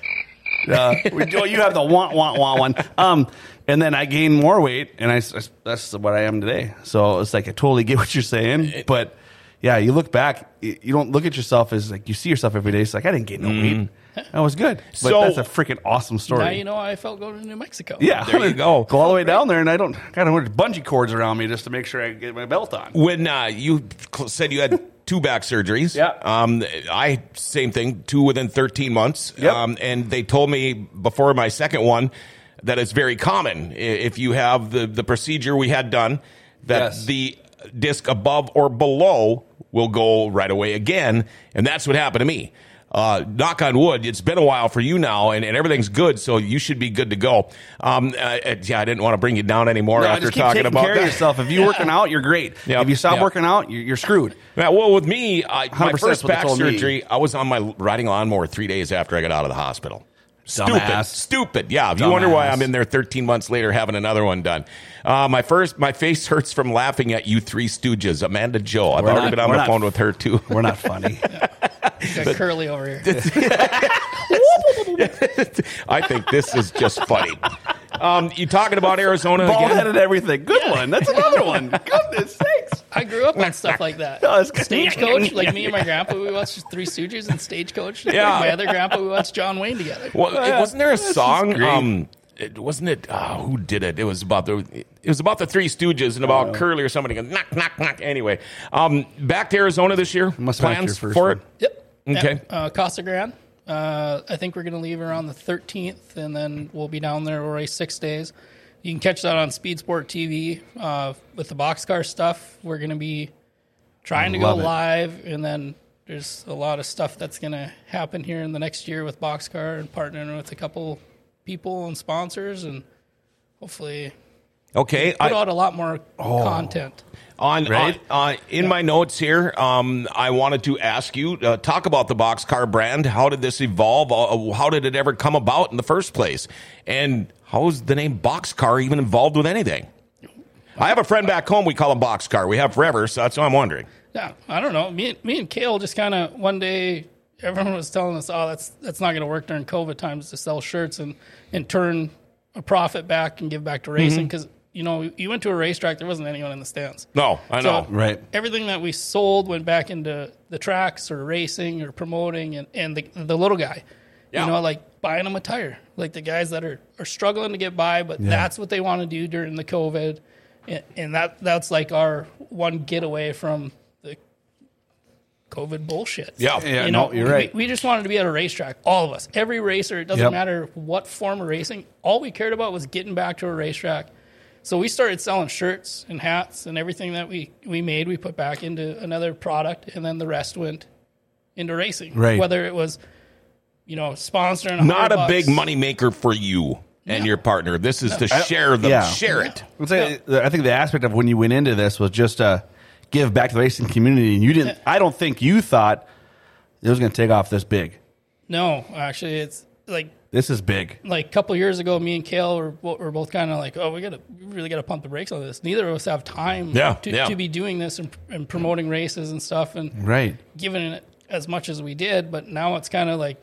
Speaker 3: Uh, we- well, you have the want, want, want one. Um, and then I gained more weight, and I, s- that's what I am today. So it's like I totally get what you're saying, but yeah, you look back, y- you don't look at yourself as like you see yourself every day. It's like I didn't gain no weight. I was good. But
Speaker 2: So-
Speaker 3: that's a freaking awesome story.
Speaker 4: Now you know I felt going to New Mexico.
Speaker 3: yeah,
Speaker 2: There you go.
Speaker 3: Go all the way down there, and I don't got a bunch of bungee cords around me just to make sure I get my belt on.
Speaker 2: When uh, you cl- said you had two back surgeries,
Speaker 3: Yeah.
Speaker 2: um, I same thing, two within 13 months.
Speaker 3: Yep.
Speaker 2: Um, and they told me before my second one that it's very common i- if you have the, the procedure we had done that
Speaker 3: Yes.
Speaker 2: the disc above or below will go right away again. And that's what happened to me. Uh, knock on wood, it's been a while for you now, and, and everything's good, so you should be good to go. Um, uh, yeah, I didn't want to bring you down anymore
Speaker 3: No,
Speaker 2: after
Speaker 3: just keep
Speaker 2: talking
Speaker 3: taking
Speaker 2: about
Speaker 3: care of
Speaker 2: that.
Speaker 3: yourself. If you're working out, you're great.
Speaker 2: Yep.
Speaker 3: If you stop
Speaker 2: Yep.
Speaker 3: working out, you're, you're screwed.
Speaker 2: Yeah, well, with me, I, my
Speaker 3: 100%
Speaker 2: first
Speaker 3: that's what they
Speaker 2: back
Speaker 3: told me.
Speaker 2: surgery, I was on my riding lawnmower three days after I got out of the hospital. Stupid,
Speaker 3: Dumbass.
Speaker 2: stupid. Yeah, you wonder why
Speaker 3: Dumbass.
Speaker 2: I'm in there 13 months later having another one done. Uh, my first, my face hurts from laughing at you three stooges, Amanda Joe. I've
Speaker 3: We're
Speaker 2: already
Speaker 3: not-
Speaker 2: been on
Speaker 3: we're
Speaker 2: the
Speaker 3: not-
Speaker 2: phone with her too.
Speaker 3: We're not funny.
Speaker 4: Got curly over here.
Speaker 2: I think this is just funny. Um, you talking about Arizona
Speaker 3: Bald
Speaker 2: again?
Speaker 3: headed everything. Good one. That's another one. Goodness sakes.
Speaker 4: I grew up on stuff like that.
Speaker 3: No, it's-
Speaker 4: Stagecoach, like me and my grandpa, we watched Three Stooges and Stagecoach.
Speaker 2: Yeah.
Speaker 4: my other grandpa, we watched John Wayne together.
Speaker 2: Well, it- wasn't there a song?
Speaker 3: great.
Speaker 2: Um, it wasn't it oh, who did it? It was about the it was about the Three Stooges and about Curly or somebody. going, Knock knock knock. Anyway, um, back to Arizona this year.
Speaker 3: Must have been
Speaker 2: plans
Speaker 3: your first
Speaker 2: for
Speaker 3: one.
Speaker 2: it.
Speaker 4: Yep.
Speaker 2: Okay.
Speaker 4: Yep. Uh, Casa Grande. Uh, I think we're going to leave around the 13th, and then we'll be down there for six days. You can catch that on Speed Sport TV uh, with the boxcar stuff. We're going to be trying to go
Speaker 3: Love it.
Speaker 4: live, and then there's a lot of stuff that's going to happen here in the next year with boxcar and partnering with a couple people and sponsors, and hopefully
Speaker 2: Okay.
Speaker 4: put
Speaker 2: I-
Speaker 4: out a lot more content.
Speaker 2: On,
Speaker 3: Right?
Speaker 2: on uh, in my notes here, um, I wanted to ask you uh, talk about the boxcar brand. How did this evolve? Uh, how did it ever come about in the first place? And how is the name boxcar even involved with anything? I have a friend back home. We call him boxcar. We have forever, so that's what I'm wondering.
Speaker 4: Yeah, I don't know. Me, me and Kale just kind of one day, everyone was telling us, "Oh, that's that's not going to work during COVID times to sell shirts and and turn a profit back and give back to
Speaker 2: Mm-hmm.
Speaker 4: racing." Because you know, you went to a racetrack, there wasn't anyone in the stands.
Speaker 2: No, I know.
Speaker 4: So-
Speaker 3: Right.
Speaker 4: Everything that we sold went back into the tracks or racing or promoting and, and the, the little guy.
Speaker 2: Yeah.
Speaker 4: You know, like buying them a tire. Like the guys that are, are struggling to get by, but that's what they want to do during the COVID. And, and that that's like our one getaway from the COVID bullshit.
Speaker 2: yeah.
Speaker 3: Yeah.
Speaker 4: You
Speaker 3: no,
Speaker 4: know,
Speaker 3: you're right.
Speaker 4: We, we just wanted to be at a racetrack, all of us. Every racer, it doesn't
Speaker 3: Yep.
Speaker 4: matter what form of racing. All we cared about was getting back to a racetrack. So we started selling shirts and hats and everything that we, we made, we put back into another product, and then the rest went into racing.
Speaker 3: Right.
Speaker 4: Whether it was, you know, sponsoring.
Speaker 2: Not
Speaker 4: 100
Speaker 2: a big
Speaker 4: bucks.
Speaker 2: money maker for you and
Speaker 4: No.
Speaker 2: your partner. This is to share them,
Speaker 3: yeah.
Speaker 2: share it.
Speaker 3: Let's say- uh, I think the aspect of when you went into this was just to give back to the racing community, and you didn't. I don't think you thought it was going to take off this big.
Speaker 4: No, actually, it's like
Speaker 3: This is big.
Speaker 4: like a couple years ago, me and Kale were, bo- were both kind of like, oh, we gotta we really gotta pump the brakes on this. Neither of us have time
Speaker 2: Yeah,
Speaker 4: to,
Speaker 2: yeah.
Speaker 4: to be doing this and, and promoting races and stuff and
Speaker 3: Right.
Speaker 4: giving it as much as we did. But now it's kind of like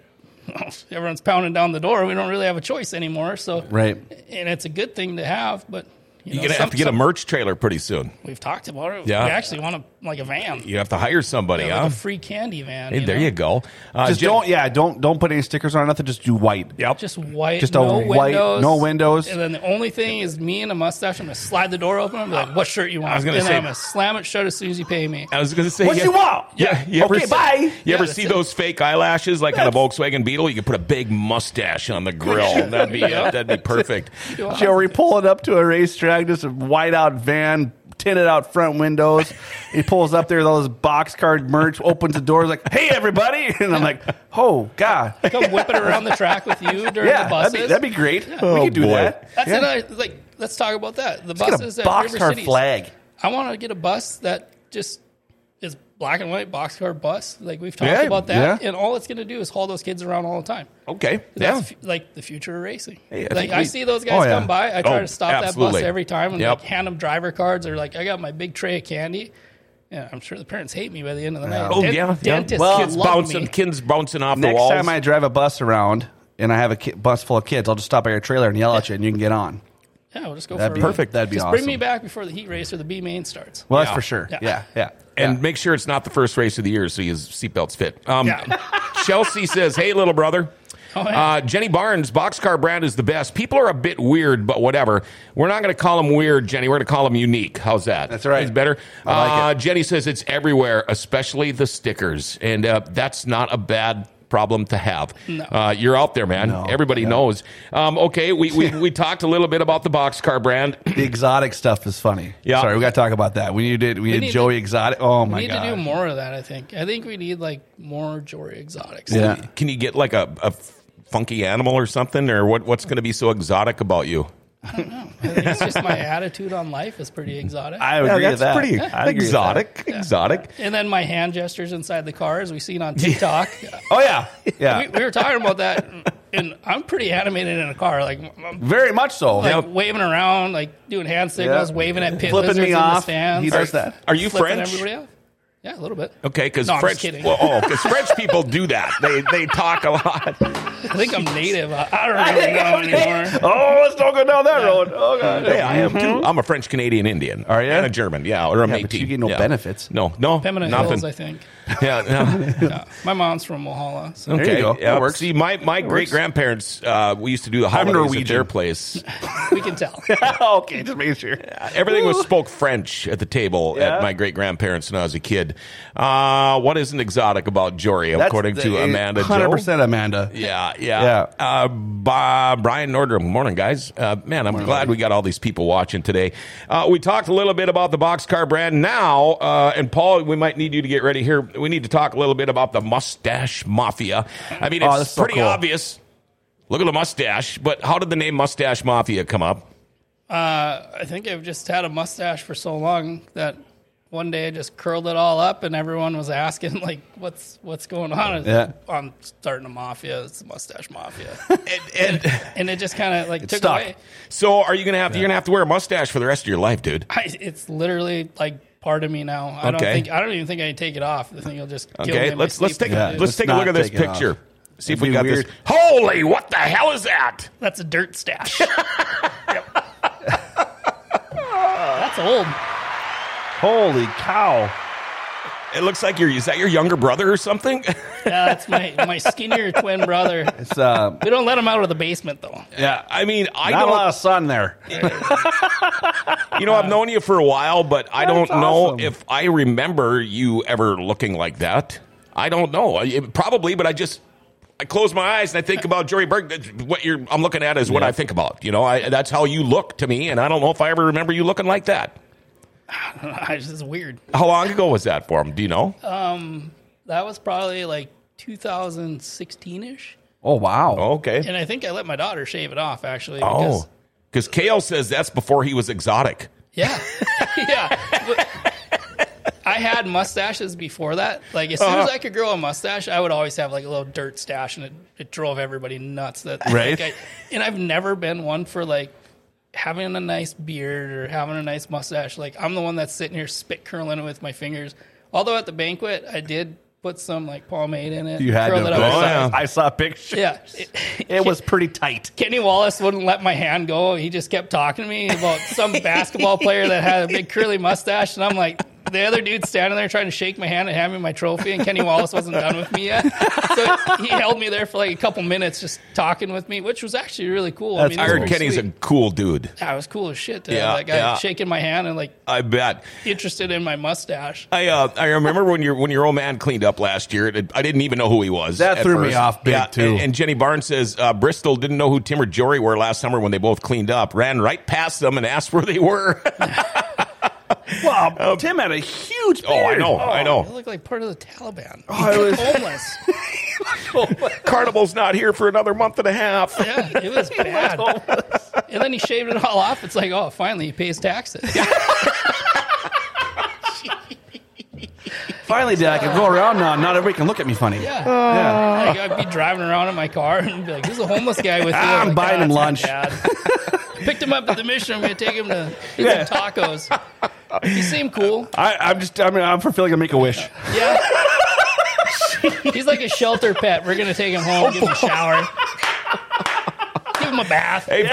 Speaker 4: everyone's pounding down the door. We don't really have a choice anymore. So
Speaker 3: Right.
Speaker 4: and it's a good thing to have, but you
Speaker 2: You're
Speaker 4: know,
Speaker 2: gonna
Speaker 4: some-
Speaker 2: have to get a
Speaker 4: some-
Speaker 2: merch trailer pretty soon.
Speaker 4: We've talked about it.
Speaker 2: Yeah.
Speaker 4: we actually want a like a van,
Speaker 2: You have to hire somebody,
Speaker 4: like
Speaker 2: huh?
Speaker 4: a free candy van.
Speaker 2: hey, there
Speaker 4: know?
Speaker 2: you go. Uh,
Speaker 3: Just
Speaker 2: Jim-
Speaker 3: don't. Yeah. Don't don't put any stickers on or nothing. Just do white.
Speaker 2: Yep.
Speaker 4: Just white,
Speaker 3: Just a
Speaker 4: no
Speaker 3: white-
Speaker 4: windows,
Speaker 3: no windows.
Speaker 4: And then the only thing is me and a mustache. I'm gonna slide the door open. I'm like, "What shirt you want?"
Speaker 2: was gonna
Speaker 4: and then
Speaker 2: say-
Speaker 4: I'm gonna slam it shut as soon as you pay me.
Speaker 2: I was going to say,
Speaker 3: What
Speaker 2: yeah,
Speaker 3: you want?
Speaker 2: Yeah. You ever
Speaker 3: Okay,
Speaker 2: see,
Speaker 3: bye.
Speaker 2: You
Speaker 4: Yeah,
Speaker 2: ever
Speaker 4: that's
Speaker 2: see
Speaker 4: it.
Speaker 2: those fake eyelashes like on a Volkswagen Beetle? You could put a big mustache on the grill. That'd be uh,
Speaker 4: Yeah.
Speaker 2: that'd be perfect.
Speaker 3: Joey pulling up to a racetrack, just a white out van, tinted out front windows. He pulls up there with all his box card merch, opens the doors like, "Hey, everybody!" And I'm like, "Oh God,
Speaker 4: Come whip it around the track with you during
Speaker 3: yeah,
Speaker 4: the buses.
Speaker 3: that'd be, that'd be great. we
Speaker 2: Oh,
Speaker 3: could do
Speaker 2: boy.
Speaker 3: that.
Speaker 4: That's
Speaker 3: Yeah.
Speaker 4: another like. Let's talk about that. The
Speaker 3: Get a
Speaker 4: buses at River
Speaker 3: boxcar
Speaker 4: Cities.
Speaker 3: flag.
Speaker 4: I want to get a bus that just is black and white boxcar bus. Like we've talked
Speaker 3: Yeah,
Speaker 4: about that,
Speaker 3: yeah.
Speaker 4: and all it's going to do is haul those kids around all the time.
Speaker 2: Okay. Yeah.
Speaker 4: That's f- like the future of racing.
Speaker 2: I
Speaker 4: like
Speaker 2: think
Speaker 4: I
Speaker 2: we-
Speaker 4: see those guys
Speaker 3: Oh, yeah.
Speaker 4: come by, I try
Speaker 2: Oh,
Speaker 4: to stop that
Speaker 2: absolutely.
Speaker 4: bus every time and
Speaker 2: Yep.
Speaker 4: like hand them driver cards or like I got my big tray of candy. Yeah, I'm sure the parents hate me by the end of the night.
Speaker 2: Oh
Speaker 4: Dent-
Speaker 2: yeah. yeah.
Speaker 4: dentists
Speaker 2: kids
Speaker 4: love
Speaker 2: bouncing,
Speaker 4: me.
Speaker 2: kids bouncing off the
Speaker 3: Next
Speaker 2: walls.
Speaker 3: time I drive a bus around and I have a ki- bus full of kids, I'll just stop at your trailer and yell at you, and you can get on.
Speaker 4: Yeah, we'll just go
Speaker 3: That'd
Speaker 4: for
Speaker 3: be
Speaker 4: a ride.
Speaker 3: perfect. That'd be
Speaker 4: Just
Speaker 3: awesome. Oh
Speaker 4: bring me back before the heat race or the B main starts.
Speaker 3: Well, that's
Speaker 2: Yeah.
Speaker 3: for sure.
Speaker 4: Yeah.
Speaker 3: Yeah, yeah.
Speaker 2: and
Speaker 3: Yeah.
Speaker 2: make sure it's not the first race of the year, so his seatbelts fit. Um,
Speaker 4: Yeah.
Speaker 2: Chelsea says, "Hey, little brother."
Speaker 4: Oh, hey.
Speaker 2: Uh, Jenny Barnes, boxcar brand is the best. People are a bit weird, but whatever. We're not going to call them weird, Jenny. We're going to call them unique. How's that?
Speaker 3: That's right.
Speaker 2: It's better.
Speaker 3: I like
Speaker 2: uh, Jenny says it's everywhere, especially the stickers, and uh, that's not a bad problem to have. Uh, you're out there, man. Everybody knows. Um, okay, we, we we talked a little bit about the boxcar brand.
Speaker 3: the exotic stuff is funny.
Speaker 2: Yeah.
Speaker 3: sorry, we got to talk about that. We needed we,
Speaker 4: need
Speaker 3: need Joey
Speaker 4: to-
Speaker 3: Exotic. Oh my
Speaker 4: We need
Speaker 3: god,
Speaker 4: to do more of that. I think. I think we need like more Jory exotics.
Speaker 3: Yeah.
Speaker 2: Can you get like a, a funky animal or something, or what? What's going to be so exotic about you?
Speaker 4: I think it's just my attitude on life is pretty exotic.
Speaker 3: I agree with that. I agree with that.
Speaker 2: exotic. Exotic.
Speaker 4: and then my hand gestures inside the car, as we've seen on TikTok.
Speaker 3: Oh yeah, yeah,
Speaker 4: we, we were talking about that, and I'm pretty animated in a car. Like, I'm
Speaker 3: very much so.
Speaker 4: like waving around, like doing hand signals,
Speaker 3: Yeah.
Speaker 4: waving at pit
Speaker 3: Flipping
Speaker 4: lizards
Speaker 3: me
Speaker 4: in the
Speaker 3: off.
Speaker 4: stands.
Speaker 3: He does that.
Speaker 2: Are you
Speaker 4: flipping
Speaker 2: French?
Speaker 4: Everybody off. Yeah, a little bit.
Speaker 2: Okay, because
Speaker 4: No, I'm
Speaker 2: French.
Speaker 4: just kidding.
Speaker 2: Well, oh, because French people do that. They they talk a lot.
Speaker 4: I think I'm native. I, I don't even know anymore.
Speaker 2: Oh, let's don't go down that road. Oh God. Hey, I am
Speaker 3: Mhm.
Speaker 2: too. I'm a French Canadian Indian.
Speaker 3: Are ya?
Speaker 2: And a German, yeah, or a
Speaker 3: Yeah,
Speaker 2: Métis.
Speaker 3: but you get no
Speaker 2: yeah.
Speaker 3: benefits.
Speaker 2: No, no,
Speaker 4: Pemina
Speaker 2: nothing.
Speaker 4: Hills, I think.
Speaker 2: Yeah, no.
Speaker 4: Yeah. My mom's from Walhalla. So.
Speaker 2: okay.
Speaker 3: you go.
Speaker 2: Yeah.
Speaker 3: That works.
Speaker 2: See, my my great grandparents, uh, we used to do the holidays at
Speaker 3: Norwegian.
Speaker 2: their place.
Speaker 4: We can tell.
Speaker 3: okay, just making sure.
Speaker 2: Everything was spoke French at the table
Speaker 3: Yeah.
Speaker 2: at my great grandparents when I was a kid. Uh, what isn't exotic about Jory, according to Amanda?
Speaker 3: hundred
Speaker 2: Joe?
Speaker 3: percent Amanda.
Speaker 2: Yeah, yeah. Uh, Bi- Brian Nordrum, morning, guys. Uh, man, I'm glad we got all these people watching today. Uh, we talked a little bit about the boxcar brand now, uh, and Paul, we might need you to get ready here. We need to talk a little bit about the mustache mafia. I mean,
Speaker 3: Oh,
Speaker 2: it's
Speaker 3: that's so
Speaker 2: pretty
Speaker 3: cool.
Speaker 2: obvious. Look at the mustache, but how did the name Mustache Mafia come up?
Speaker 4: Uh, I think I've just had a mustache for so long that one day I just curled it all up, and everyone was asking like, "What's what's going on?" I was like, I'm starting a mafia. It's the mustache mafia,
Speaker 2: And, and
Speaker 4: and it just kind of like took
Speaker 3: stuck.
Speaker 4: away.
Speaker 2: so, are you gonna have to, you're gonna have to wear a mustache for the rest of your life, dude?
Speaker 4: I, it's literally like part of me now. I don't
Speaker 2: Okay.
Speaker 4: think I don't even think I can take it off. The thing will just kill me
Speaker 2: Okay,
Speaker 4: in my
Speaker 2: let's let's
Speaker 4: sleep
Speaker 2: take
Speaker 4: if I
Speaker 2: a,
Speaker 4: do.
Speaker 2: let's
Speaker 3: let's
Speaker 2: take a look
Speaker 3: not
Speaker 2: at this
Speaker 3: take it off.
Speaker 2: picture. See if
Speaker 3: It'd
Speaker 2: we
Speaker 3: be
Speaker 2: got
Speaker 3: weird.
Speaker 2: this. Holy, what the hell is that?
Speaker 4: That's a dirt stash. yep. That's old.
Speaker 3: Holy cow!
Speaker 2: It looks like you're, is that your younger brother or something?
Speaker 4: Yeah, that's my my skinnier twin brother.
Speaker 3: It's um,
Speaker 4: We don't let him out of the basement though.
Speaker 3: yeah,
Speaker 2: I mean, I
Speaker 3: not a
Speaker 2: don't,
Speaker 3: lot of sun there.
Speaker 2: you know, I've known you for a while, but I
Speaker 3: That's
Speaker 2: don't know
Speaker 3: awesome.
Speaker 2: if I remember you ever looking like that. I don't know. I, it- probably, but I just, I close my eyes and I think about Jory Berg. That's What you're, I'm looking at is what I think about. You know, I, that's how you look to me, and I don't know if I ever remember you looking like that.
Speaker 4: It's just weird.
Speaker 2: How long ago was that for him? Do you know?
Speaker 4: That was probably like 2016 ish,
Speaker 3: Oh wow!
Speaker 2: okay.
Speaker 4: and I think I let my daughter shave it off actually.
Speaker 2: Oh,
Speaker 4: because-
Speaker 2: because Kale says that's before he was exotic.
Speaker 4: yeah, yeah. But I had mustaches before that. Like as soon as
Speaker 2: Uh-huh.
Speaker 4: I could grow a mustache, I would always have like a little dirt stash, and it, it drove everybody nuts. That like,
Speaker 3: Right.
Speaker 4: I- and I've never been one for like having a nice beard or having a nice mustache. Like I'm the one that's sitting here spit curling it with my fingers. Although at the banquet, I did put some like pomade in it.
Speaker 3: You had
Speaker 4: curl
Speaker 3: to.
Speaker 4: it up.
Speaker 2: Oh,
Speaker 3: I,
Speaker 2: yeah.
Speaker 3: saw, I saw pictures.
Speaker 4: Yeah.
Speaker 3: It was pretty tight.
Speaker 4: Kenny Wallace wouldn't let my hand go. He just kept talking to me about some basketball player that had a big curly mustache. And I'm like, the other dude standing there trying to shake my hand and hand me my trophy. And Kenny Wallace wasn't done with me yet. So he held me there for like a couple minutes just talking with me, which was actually really cool.
Speaker 3: That's
Speaker 2: I
Speaker 4: it was
Speaker 2: heard
Speaker 4: pretty
Speaker 2: Kenny's
Speaker 4: sweet.
Speaker 2: a cool dude.
Speaker 4: Yeah, it was cool as shit to
Speaker 2: Yeah,
Speaker 4: have that guy
Speaker 2: yeah.
Speaker 4: shaking my hand and like
Speaker 2: I bet.
Speaker 4: interested in my mustache.
Speaker 2: I uh, I remember when your when your old man cleaned up last year. It, I didn't even know who he was.
Speaker 3: That
Speaker 2: at
Speaker 3: threw me off big, too.
Speaker 2: And, and Jenny Barnes says uh, Bristol didn't know who Tim or Jory were last summer when they both cleaned up. Ran right past them and asked where they were.
Speaker 3: Wow, Tim had a huge.
Speaker 2: oh, I know, I
Speaker 4: I
Speaker 2: know.
Speaker 4: look like part of the Taliban.
Speaker 3: Oh, I was-
Speaker 4: homeless.
Speaker 2: Carnival's not here for another month and a half.
Speaker 4: Yeah, it was bad. And then he shaved it all off. It's like, oh, finally he pays taxes.
Speaker 3: Finally, did I can go around now. Not everybody can look at me funny.
Speaker 4: Yeah.
Speaker 3: Yeah.
Speaker 4: Like, I'd be driving around in my car and be like, there's a homeless guy with you.
Speaker 3: I'm
Speaker 4: like,
Speaker 3: buying him
Speaker 4: that's my dad. Picked him up at the mission. I'm going to take him to eat some tacos. He seemed cool.
Speaker 3: I, I'm just. I mean, I'm fulfilling a make a wish.
Speaker 4: Yeah. He's like a shelter pet. We're going to take him home,
Speaker 3: Oh,
Speaker 4: give him a shower, give him a bath.
Speaker 2: Hey,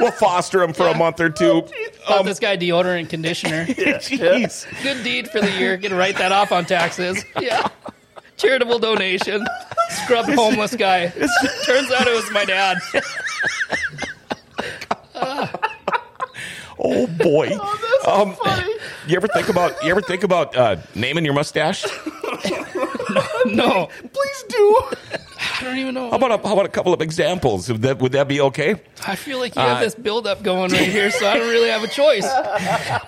Speaker 2: we'll foster him for a month or two.
Speaker 4: Bought
Speaker 3: um,
Speaker 4: this guy deodorant and conditioner.
Speaker 2: Jeez.
Speaker 4: Good deed for the year. Gonna write that off on taxes. Yeah. Charitable donation. Scrub homeless guy. Turns out it was my dad.
Speaker 2: Oh boy. um, You ever think about you ever think about uh, naming your mustache?
Speaker 4: No.
Speaker 3: Please do.
Speaker 4: I don't even know.
Speaker 2: How about a, how about a couple of examples? Would that would that be okay?
Speaker 4: I feel like you
Speaker 2: Uh,
Speaker 4: have this buildup going right here, so I don't really have a choice.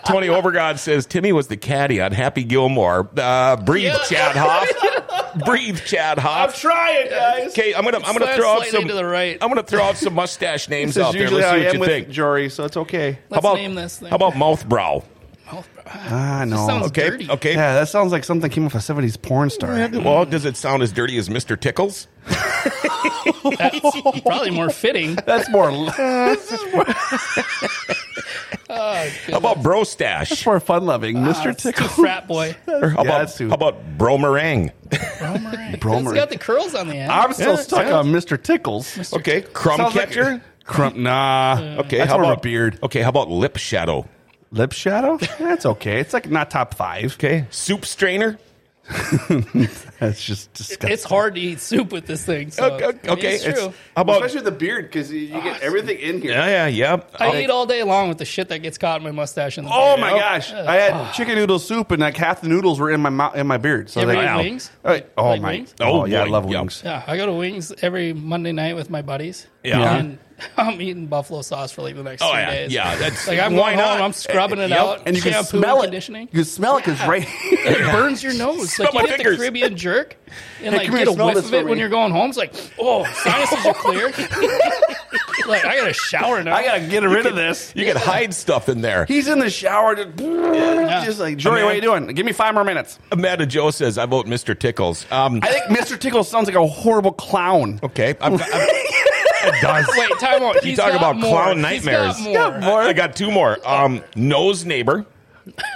Speaker 2: Tony Overgod says Timmy was the caddy on Happy Gilmore. Uh, breathe,
Speaker 4: Yeah.
Speaker 2: Chad Hoff. breathe, Chad Hoff.
Speaker 3: trying, guys.
Speaker 2: Okay, I'm gonna I'm gonna
Speaker 4: Slide
Speaker 2: throw out
Speaker 4: slightly
Speaker 2: some.
Speaker 4: to the right.
Speaker 2: I'm gonna throw out some mustache names
Speaker 3: This is
Speaker 2: out there.
Speaker 3: usually
Speaker 2: Let's
Speaker 3: how
Speaker 2: see
Speaker 3: I
Speaker 2: what
Speaker 3: am
Speaker 2: you
Speaker 3: with
Speaker 2: think.
Speaker 3: Jory, so it's okay.
Speaker 4: Let's
Speaker 2: how about
Speaker 4: name this thing.
Speaker 2: how about mouth brow?
Speaker 4: Oh, that
Speaker 3: Ah, I know.
Speaker 4: sounds
Speaker 2: Okay,
Speaker 4: dirty.
Speaker 2: okay.
Speaker 3: Yeah, that sounds like something came off a '70s porn star.
Speaker 2: Well, does it sound as dirty as Mr. Tickles?
Speaker 4: That's probably more fitting.
Speaker 3: That's more. This is more-
Speaker 4: Oh,
Speaker 2: How about Bro Stash?
Speaker 3: For fun loving, Mr.
Speaker 4: it's too
Speaker 3: Tickle.
Speaker 4: frat boy.
Speaker 2: Or how,
Speaker 3: Yeah,
Speaker 2: about,
Speaker 3: that's too-
Speaker 2: how about Bro Meringue?
Speaker 4: It's
Speaker 3: Bromer.
Speaker 4: got the curls on the end.
Speaker 3: I'm still
Speaker 2: Yeah,
Speaker 3: stuck
Speaker 2: yeah.
Speaker 3: on Mr. Tickles.
Speaker 2: Okay, Crumb
Speaker 3: Sounds like-
Speaker 2: Catcher?
Speaker 3: Crump, nah.
Speaker 2: okay,
Speaker 3: that's
Speaker 2: how
Speaker 3: more of
Speaker 2: about
Speaker 3: a beard.
Speaker 2: Okay, how about Lip Shadow?
Speaker 3: Lip shadow? That's okay. It's like not top five.
Speaker 2: Okay, Soup Strainer?
Speaker 3: That's just disgusting.
Speaker 4: it's hard to eat soup with this thing. So,
Speaker 2: Okay,
Speaker 4: I mean,
Speaker 2: okay,
Speaker 4: it's
Speaker 2: it's-
Speaker 4: true.
Speaker 2: How about
Speaker 1: Especially with the beard, because you, you
Speaker 4: Ah,
Speaker 1: get everything in here.
Speaker 2: Yeah, yeah, yeah.
Speaker 4: I eat all day long with the shit that gets caught in my mustache. And the
Speaker 3: Oh
Speaker 4: beard.
Speaker 3: my gosh! I had chicken noodle soup, and like half the noodles were in my mouth, in my beard. So
Speaker 4: Ah. You ever
Speaker 3: like,
Speaker 4: eat
Speaker 3: wow.
Speaker 4: wings?
Speaker 3: All right. Oh
Speaker 4: Like
Speaker 3: my!
Speaker 4: wings?
Speaker 3: Oh,
Speaker 2: Oh,
Speaker 3: yeah, I
Speaker 2: boy,
Speaker 3: love
Speaker 2: yeah.
Speaker 3: wings.
Speaker 4: Yeah, I go to Wings every Monday night with my buddies.
Speaker 2: Yeah.
Speaker 4: and I'm eating buffalo sauce for like the next
Speaker 2: Oh,
Speaker 4: three
Speaker 2: yeah,
Speaker 4: days.
Speaker 2: yeah, that's-
Speaker 4: like I'm
Speaker 2: why
Speaker 4: going home.
Speaker 2: not?
Speaker 4: I'm scrubbing it
Speaker 2: Yep,
Speaker 4: out,
Speaker 3: And you can
Speaker 4: shampoo
Speaker 3: smell it.
Speaker 4: conditioning.
Speaker 3: You can smell it because right.
Speaker 4: It burns your nose.
Speaker 2: Smell
Speaker 4: Like
Speaker 2: my
Speaker 4: you get
Speaker 2: fingers.
Speaker 4: the Caribbean jerk, and like
Speaker 3: come here,
Speaker 4: get a
Speaker 3: smell
Speaker 4: whiff
Speaker 3: this
Speaker 4: of
Speaker 3: for
Speaker 4: it when
Speaker 3: me.
Speaker 4: you're going home. It's like, oh, sinuses are clear. like I got to shower now.
Speaker 3: I gotta get rid of this.
Speaker 2: You can hide stuff in there.
Speaker 3: He's in the shower, just, just like Jory. What are you doing? Give me five more minutes.
Speaker 2: Amanda Joe says, "I vote Mr. Tickles." Um,
Speaker 3: I think Mr. Tickle sounds like a horrible clown.
Speaker 2: okay, I'm, I'm, it does.
Speaker 4: Wait, time out. He's
Speaker 2: talk
Speaker 4: got
Speaker 2: about
Speaker 4: more.
Speaker 2: clown
Speaker 4: He's
Speaker 2: nightmares.
Speaker 4: got more.
Speaker 2: I got two more. Um, nose neighbor,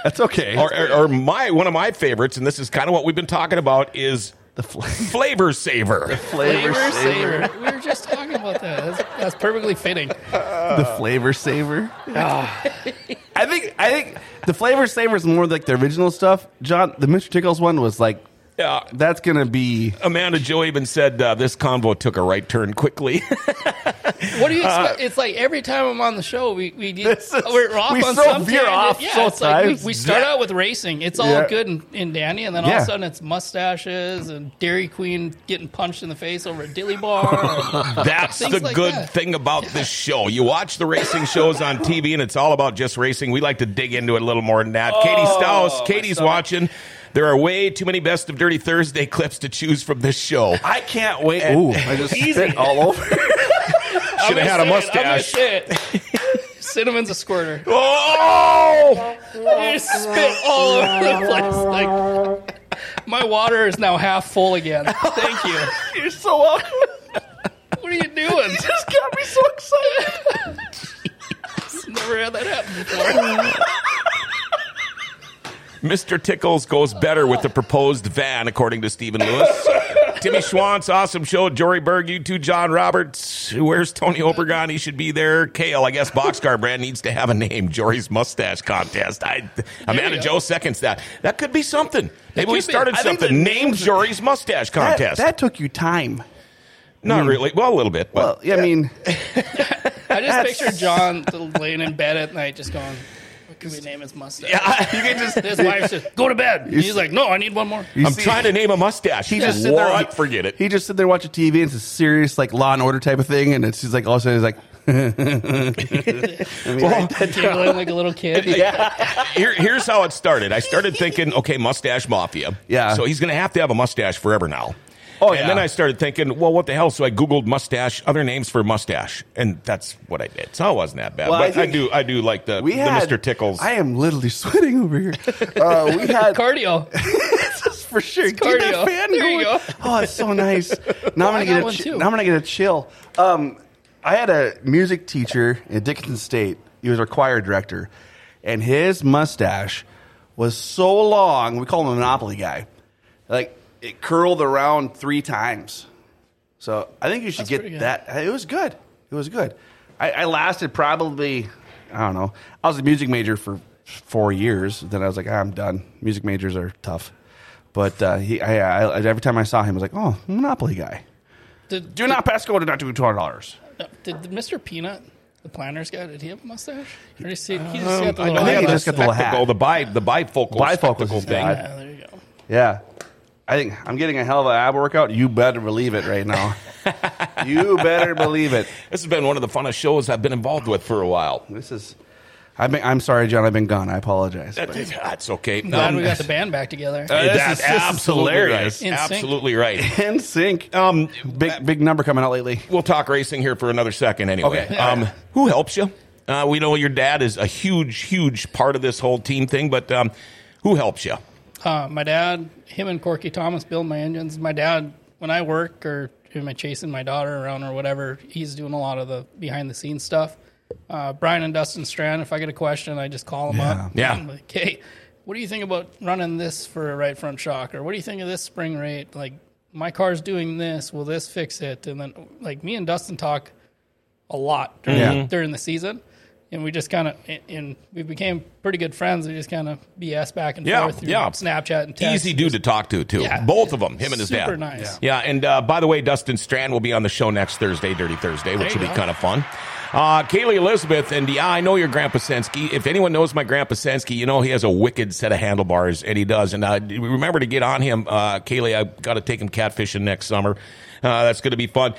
Speaker 3: That's okay.
Speaker 2: or, or, or my one of my favorites, and this is kind of what we've been talking about is
Speaker 3: the flavor,
Speaker 2: flavor saver.
Speaker 3: flavor
Speaker 4: Flavor
Speaker 3: saver.
Speaker 4: saver. We were just talking about that. That's, that's perfectly fitting.
Speaker 3: the flavor saver. Ah. I think I think the flavor saver is more like the original stuff. John, the Mr. Tickles one was like
Speaker 2: Yeah.
Speaker 3: that's gonna be
Speaker 2: Uh, Amanda Joe even said uh, this convo took a right turn quickly.
Speaker 4: What do you expect? it's like every time I'm on the show, we we do,
Speaker 3: Uh, This is-
Speaker 4: we're off
Speaker 3: we
Speaker 4: on
Speaker 3: so
Speaker 4: some
Speaker 3: veer
Speaker 4: tangent.
Speaker 3: off
Speaker 4: Yeah, it's like we,
Speaker 3: sometimes.
Speaker 4: we start
Speaker 3: Yeah.
Speaker 4: out with racing. It's all
Speaker 3: Yeah.
Speaker 4: good and, and dandy, and then all
Speaker 3: Yeah.
Speaker 4: of a sudden it's mustaches and Dairy Queen getting punched in the face over a dilly bar. and-
Speaker 2: That's
Speaker 4: Things
Speaker 2: the
Speaker 4: like
Speaker 2: good
Speaker 4: that.
Speaker 2: thing about this show. You watch the racing shows on TV, and it's all about just racing. We like to dig into it a little more than that. Katie
Speaker 4: Oh,
Speaker 2: Staus, Katie's watching. There are way too many Best of Dirty Thursday clips to choose from this show.
Speaker 3: I can't wait. Ooh, I just spit all over.
Speaker 2: Should have had a
Speaker 4: I'm gonna say it,
Speaker 2: mustache.
Speaker 4: I'm gonna say it. Cinnamon's a squirter.
Speaker 2: Oh!
Speaker 4: You just spit all over the place. Like my water is now half full again. Thank you.
Speaker 3: You're so welcome.
Speaker 4: What are you doing?
Speaker 3: This got me so excited.
Speaker 4: Never had that happen before.
Speaker 2: Mr. Tickles goes better with the proposed van, according to Stephen Lewis. Timmy Schwantz, awesome show. Jory Berg, you two, John Roberts. Where's Tony Obergon? He should be there. Kale, I guess Boxcar Brand needs to have a name. Jory's mustache contest. I, Amanda
Speaker 4: go.
Speaker 2: Joe seconds that. That could be something. Maybe
Speaker 4: could
Speaker 2: we
Speaker 4: be.
Speaker 2: started
Speaker 4: I
Speaker 3: think
Speaker 2: something.
Speaker 3: the
Speaker 2: Name Jory's mustache contest.
Speaker 3: That took you time.
Speaker 2: Not really. Well, a little bit. But
Speaker 3: Well, yeah, I mean,
Speaker 4: I just picture John laying in bed at night, just going, "What can we name his mustache?"
Speaker 2: you can just.
Speaker 4: His wife says, "Go to bed." And he's like, "No, I need one more."
Speaker 3: you
Speaker 2: I'm
Speaker 3: see-
Speaker 2: trying to name a mustache.
Speaker 3: He just sit there,
Speaker 2: what?
Speaker 3: he-
Speaker 2: Forget it.
Speaker 3: He just sit there watching TV. and It's a serious like Law and Order type of thing, and it's just like all of a sudden he's like,
Speaker 4: Giggling like a little kid.
Speaker 2: Here, here's how it started. I started thinking, okay, mustache mafia.
Speaker 3: Yeah.
Speaker 2: So he's going to have to have a mustache forever now.
Speaker 3: Oh,
Speaker 2: and
Speaker 3: yeah.
Speaker 2: then I started thinking, well, what the hell? So I Googled mustache, other names for mustache, and that's what I did. So it wasn't that bad.
Speaker 3: Well, I
Speaker 2: but I,
Speaker 3: think
Speaker 2: do, I do like the,
Speaker 3: "We
Speaker 2: the
Speaker 3: had
Speaker 2: Mr. Tickles.
Speaker 3: I am literally sweating over here. Uh, we had
Speaker 4: Cardio.
Speaker 3: for sure. Keep
Speaker 4: cardio.
Speaker 3: that fan
Speaker 4: There you
Speaker 3: going.
Speaker 4: go.
Speaker 3: Oh, it's so nice. Now I'm gonna
Speaker 4: I got
Speaker 3: get a
Speaker 4: one
Speaker 3: chi-
Speaker 4: too.
Speaker 3: now I'm gonna get a chill. Um, I had a music teacher at Dickinson State. He was our choir director, and his mustache was so long. We call him a Monopoly guy. Like it curled around three times. So I think you should
Speaker 4: pretty
Speaker 3: get
Speaker 4: good.
Speaker 3: that. It was good. It was good. I, I lasted probably I don't know. I was a music major for four years. Then I was like, "Ah, I'm done. Music majors are tough. But uh, he, I, I, every time I saw him, I was like, oh, Monopoly guy.
Speaker 4: Did,
Speaker 3: Do not pass go to not do two hundred dollars.
Speaker 4: did Mr. Peanut, the planner's guy, did he have a mustache? Or just, he, he just got the
Speaker 2: I
Speaker 4: little
Speaker 2: know they have the
Speaker 3: Oh, I think he just got the little hat.
Speaker 2: spectacle, the bi, the bifocal,
Speaker 3: Bifocal
Speaker 2: spectacle
Speaker 3: is
Speaker 2: thing.
Speaker 3: bad.
Speaker 4: Yeah, there you go.
Speaker 3: Yeah, I think I'm getting a hell of an ab workout. You better believe it right now. you better believe it.
Speaker 2: This has been one of the funnest shows I've been involved with for a while.
Speaker 3: This is. I've been, I'm sorry, John. I've been gone. I apologize. but-
Speaker 2: That's okay.
Speaker 4: Glad
Speaker 2: Um,
Speaker 4: we got the band back together.
Speaker 3: this
Speaker 2: that's
Speaker 3: is just
Speaker 2: absolutely
Speaker 3: hilarious.
Speaker 2: right.
Speaker 4: In sync.
Speaker 2: Absolutely right.
Speaker 3: and sync.
Speaker 2: Um,
Speaker 3: big big number coming out lately.
Speaker 2: we'll talk racing here for another second anyway.
Speaker 3: Okay.
Speaker 2: Um, who helps you? Uh, we know your dad is a huge, huge part of this whole team thing, but um, who helps you?
Speaker 4: Uh, my dad, him and Corky Thomas build my engines. My dad, when I work or am I chasing my daughter around or whatever, he's doing a lot of the behind the scenes stuff. uh, Brian and Dustin Strand. If I get a question, I just call them up.
Speaker 2: Yeah.
Speaker 4: I'm like, hey, what do you think about running this for a right front shock? Or what do you think of this spring rate? Like, my car's doing this. Will this fix it? And then, like, me and Dustin talk a lot during,
Speaker 3: Yeah.
Speaker 4: during the season. And we just kind of, and we became pretty good friends. We just kind of BS back and
Speaker 2: Yeah,
Speaker 4: forth through
Speaker 2: yeah.
Speaker 4: Snapchat and text.
Speaker 2: Easy dude to talk to, too.
Speaker 4: Yeah.
Speaker 2: Both of them, him and his
Speaker 4: Super
Speaker 2: dad.
Speaker 4: nice.
Speaker 2: Yeah, and uh, by the way, Dustin Strand will be on the show next Thursday, Dirty Thursday, which
Speaker 4: There
Speaker 2: will
Speaker 4: you
Speaker 2: be
Speaker 4: go.
Speaker 2: kind of fun. Uh, Kaylee Elizabeth, and yeah, I know your Grandpa Sensky. If anyone knows my Grandpa Sensky, you know he has a wicked set of handlebars, and he does. And uh, remember to get on him, uh, Kaylee. I've got to take him catfishing next summer. Uh, that's going to be fun.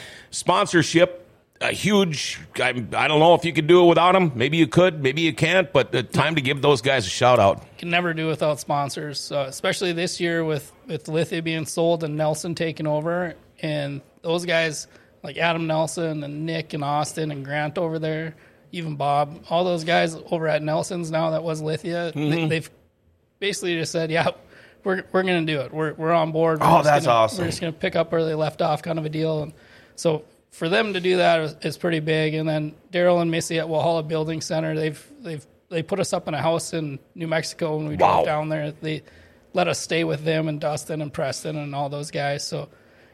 Speaker 2: Sponsorship. A huge. I, I don't know if you could do it without him. Maybe you could. Maybe you can't. But uh, time to give those guys a shout out.
Speaker 4: can never do without sponsors, uh, especially this year with with Lithia being sold and Nelson taking over, and those guys like Adam Nelson and Nick and Austin and Grant over there, even Bob, all those guys over at Nelson's now that was Lithia,
Speaker 3: Mm-hmm.
Speaker 4: they, they've basically just said, yeah. We're, we're gonna do it. We're, we're on board. We're
Speaker 3: Oh,
Speaker 4: just
Speaker 3: that's
Speaker 4: gonna-
Speaker 3: awesome.
Speaker 4: We're just gonna pick up where they left off, kind of a deal. And so for them to do that is, is pretty big. And then Daryl and Missy at Walhalla Building Center, they've they've they put us up in a house in New Mexico when we
Speaker 2: Wow.
Speaker 4: drove down there. They let us stay with them and Dustin and Preston and all those guys. So,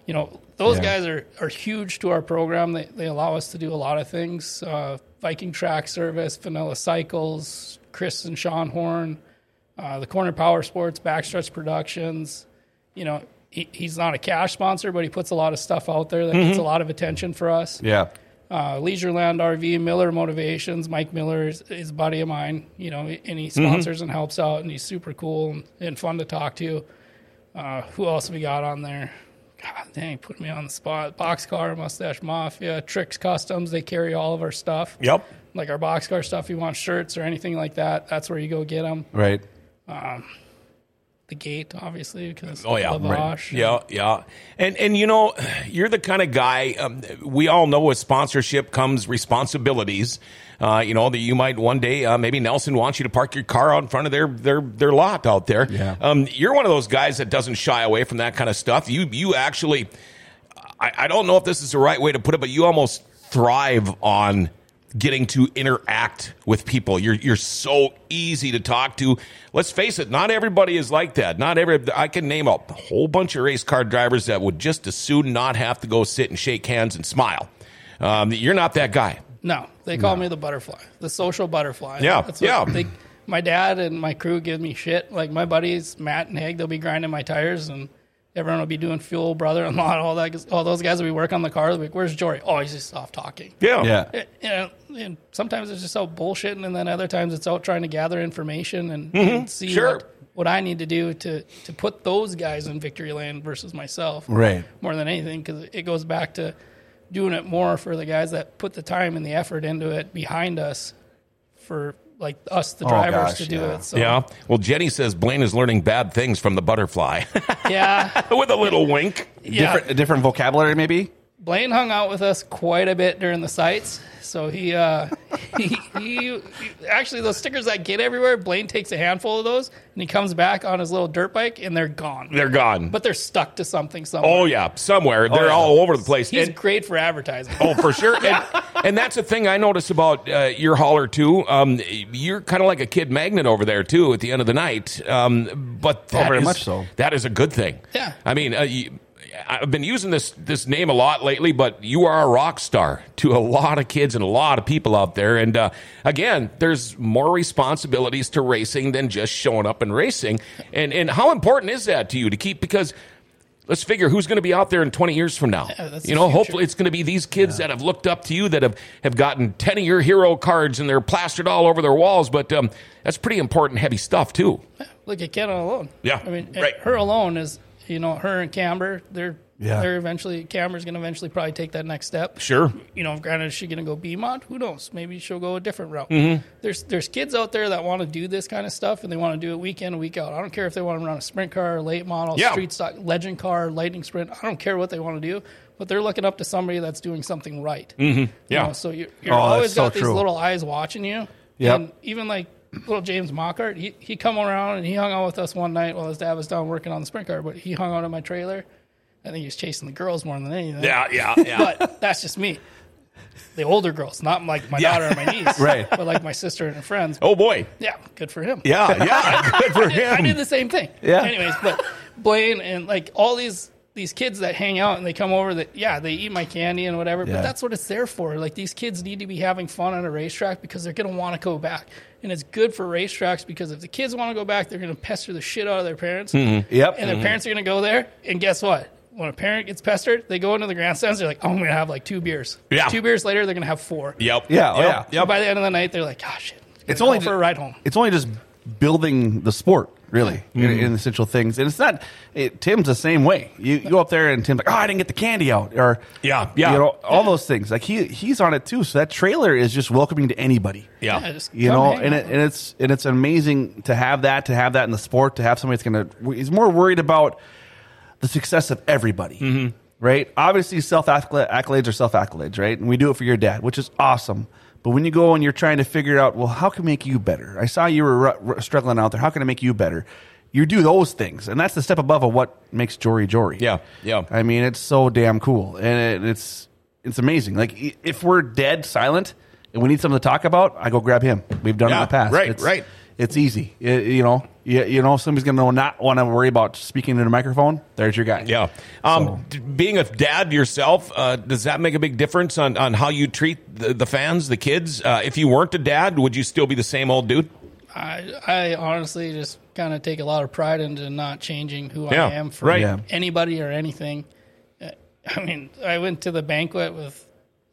Speaker 4: you know, those guys are, are huge to our program. They, they allow us to do a lot of things uh, Viking Track Service, Vanilla Cycles, Chris and Sean Horn, uh, the Corner Power Sports, Backstretch Productions. You know, he, he's not a cash sponsor, but he puts a lot of stuff out there that gets a lot of attention for us
Speaker 3: Yeah.
Speaker 4: uh, Leisureland RV, Miller Motivations. Mike Miller is, is a buddy of mine, you know, and he sponsors and helps out, and he's super cool and, and fun to talk to. Uh, who else we got on there? God dang, put me on the spot. Boxcar, Mustache Mafia, Tricks Customs. They carry all of our stuff.
Speaker 2: Yep.
Speaker 4: Like our boxcar stuff, if you want shirts or anything like that, that's where you go get them.
Speaker 3: Right.
Speaker 4: The gate, obviously, because
Speaker 2: Oh yeah,
Speaker 4: Lavash.
Speaker 2: yeah, yeah. And and you know, you're the kind of guy. Um, we all know with sponsorship comes responsibilities. Uh, you know that you might one day uh, maybe Nelson wants you to park your car out in front of their their their lot out there.
Speaker 3: Yeah.
Speaker 2: Um, you're one of those guys that doesn't shy away from that kind of stuff. You you actually, I, I don't know if this is the right way to put it, but you almost thrive on getting to interact with people. You're you're so easy to talk to. Let's face it, not everybody is like that. Not every I can name a whole bunch of race car drivers that would just as soon not have to go sit and shake hands and smile. Um, you're not that guy.
Speaker 4: No, they call me the butterfly, the social butterfly.
Speaker 2: Yeah,
Speaker 4: That's
Speaker 2: yeah.
Speaker 4: They, my dad and my crew give me shit. Like my buddies, Matt and Hag, they'll be grinding my tires, and everyone will be doing fuel, brother-in-law, and all that. All those guys that we work on the car, they'll be like, "Where's Jory? Oh, he's just off talking."
Speaker 2: Yeah.
Speaker 3: Yeah.
Speaker 4: And, and, and sometimes it's just out bullshitting, and then other times it's out trying to gather information and, and see
Speaker 2: Mm-hmm. sure.
Speaker 4: what, what I need to do to to put those guys in victory lane versus myself
Speaker 3: Right.
Speaker 4: more than anything because it goes back to doing it more for the guys that put the time and the effort into it behind us for like us the drivers
Speaker 3: Oh, gosh,
Speaker 4: to do
Speaker 3: yeah.
Speaker 4: it so
Speaker 2: Yeah. Well, Jenny says Blaine is learning bad things from the butterfly
Speaker 4: yeah,
Speaker 2: with a little wink.
Speaker 4: yeah.
Speaker 3: Different, a different vocabulary, maybe.
Speaker 4: blaine hung out with us quite a bit during the sites so he uh he, he actually those stickers that get everywhere blaine takes a handful of those and he comes back on his little dirt bike and they're gone
Speaker 2: They're gone.
Speaker 4: but they're stuck to something somewhere
Speaker 2: oh yeah, somewhere they're
Speaker 3: yeah.
Speaker 2: all over the place.
Speaker 4: he's
Speaker 2: And-
Speaker 4: great for advertising
Speaker 2: Oh, for sure. And, and that's the thing I notice about uh, your hauler too. Um, you're kind of like a kid magnet over there too. At the end of the night, um, but that
Speaker 3: Oh, very
Speaker 2: is-
Speaker 3: much so.
Speaker 2: That is a good thing.
Speaker 4: Yeah.
Speaker 2: I mean, uh, you, I've been using this this name a lot lately, but you are a rock star to a lot of kids and a lot of people out there. And uh, again, there's more responsibilities to racing than just showing up and racing. And and how important is that to you to keep because. Let's figure who's going to be out there in 20 years from now.
Speaker 4: Yeah, that's
Speaker 2: you
Speaker 4: the
Speaker 2: know,
Speaker 4: future.
Speaker 2: hopefully it's going to be these kids that have looked up to you that have, have gotten 10 of your hero cards and they're plastered all over their walls. But um, that's pretty important, heavy stuff, too.
Speaker 4: Look at Kenna alone.
Speaker 2: Yeah,
Speaker 4: I mean,
Speaker 2: right.
Speaker 4: her alone is you know her and Camber. They're
Speaker 3: Yeah.
Speaker 4: they're eventually Camber's going to eventually probably take that next step.
Speaker 2: Sure.
Speaker 4: You know, granted, is she going to go BMont? Who knows? Maybe she'll go a different route.
Speaker 2: Mm-hmm.
Speaker 4: There's there's kids out there that want to do this kind of stuff and they want to do it week in week out. I don't care if they want to run a sprint car, late model,
Speaker 2: Yeah.
Speaker 4: street stock, legend car, lightning sprint. I don't care what they want to do, but they're looking up to somebody that's doing something right. You
Speaker 2: Yeah.
Speaker 4: know, so you're, you're
Speaker 3: Oh, that's
Speaker 4: always
Speaker 3: so
Speaker 4: got these
Speaker 3: true.
Speaker 4: little eyes watching you.
Speaker 3: Yep.
Speaker 4: And even like little James Mockart, he he come around and he hung out with us one night while his dad was down working on the sprint car, but he hung out in my trailer. I think he was chasing the girls more than anything.
Speaker 2: Yeah, yeah, yeah.
Speaker 4: But that's just me. the older girls, not like my daughter or my niece,
Speaker 3: Right.
Speaker 4: But like my sister and her friends.
Speaker 2: Oh boy.
Speaker 4: Yeah, good for him.
Speaker 2: Yeah, yeah. Good for
Speaker 4: I did
Speaker 2: him.
Speaker 4: the same thing.
Speaker 3: Yeah.
Speaker 4: Anyways, but Blaine and like all these these kids that hang out and they come over that yeah they eat my candy and whatever
Speaker 3: Yeah.
Speaker 4: but that's what it's there for like these kids need to be having fun on a racetrack because they're going to want to go back and it's good for racetracks because if the kids want to go back they're going to pester the shit out of their parents
Speaker 3: Yep.
Speaker 4: and their parents are going to go there. And guess what? When a parent gets pestered, they go into the grandstands. They're like, "Oh, I'm going to have like two beers."
Speaker 2: Yeah.
Speaker 4: Two beers later, they're going to have four.
Speaker 2: Yep.
Speaker 3: Yeah, oh,
Speaker 2: Yep.
Speaker 4: And by the end of the night, they're like, "Ah, "Gosh,
Speaker 3: It's only
Speaker 4: for a ride home."
Speaker 3: It's only just building the sport, really, in, in essential things. And it's not. It, Tim's the same way. You, you go up there and Tim's like, "Oh, I didn't get the candy out," or
Speaker 2: Yeah, yeah.
Speaker 3: you know, all those things. Like he he's on it too. So that trailer is just welcoming to anybody.
Speaker 2: Yeah.
Speaker 4: Yeah, just
Speaker 3: You
Speaker 4: come
Speaker 3: know,
Speaker 4: hang
Speaker 3: and
Speaker 4: out.
Speaker 3: it, and it's and it's amazing to have that to have that in the sport to have somebody that's gonna. He's more worried about the success of everybody, right? Obviously, self accolades are self accolades, right? And we do it for your dad, which is awesome. But when you go and you're trying to figure out, well, how can I make you better? I saw you were ru- ru- struggling out there. How can I make you better? You do those things, and that's the step above of what makes Jory Jory.
Speaker 2: Yeah, yeah.
Speaker 3: I mean, it's so damn cool, and it, it's it's amazing. Like i- if we're dead silent and we need something to talk about, I go grab him. We've done it in
Speaker 2: Yeah,
Speaker 3: the past.
Speaker 2: right,
Speaker 3: It's-
Speaker 2: right.
Speaker 3: It's easy. Y- you know, you, you know, if somebody's going to not want to worry about speaking into the microphone. There's your guy.
Speaker 2: Yeah. Um, d- Being a dad yourself, uh, does that make a big difference on, on how you treat the, the fans, the kids? Uh, if you weren't a dad, would you still be the same old dude?
Speaker 4: I, I honestly just kind of take a lot of pride into not changing who
Speaker 2: Yeah,
Speaker 4: I am for
Speaker 2: right.
Speaker 3: Yeah.
Speaker 4: anybody or anything. Uh, I mean, I went to the banquet with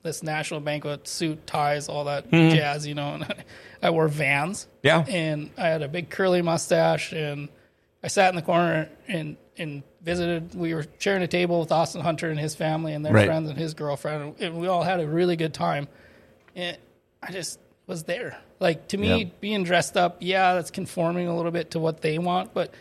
Speaker 4: this national banquet suit, ties, all that jazz, you know, and I, I wore vans.
Speaker 2: Mm-hmm. Yeah.
Speaker 4: And I had a big curly mustache and I sat in the corner and, and visited. We were sharing a table with Austin Hunter and his family and their
Speaker 3: Right.
Speaker 4: friends and his girlfriend. And we all had a really good time and I just was there. Like to me,
Speaker 3: Yeah.
Speaker 4: being dressed up, yeah, that's conforming a little bit to what they want, but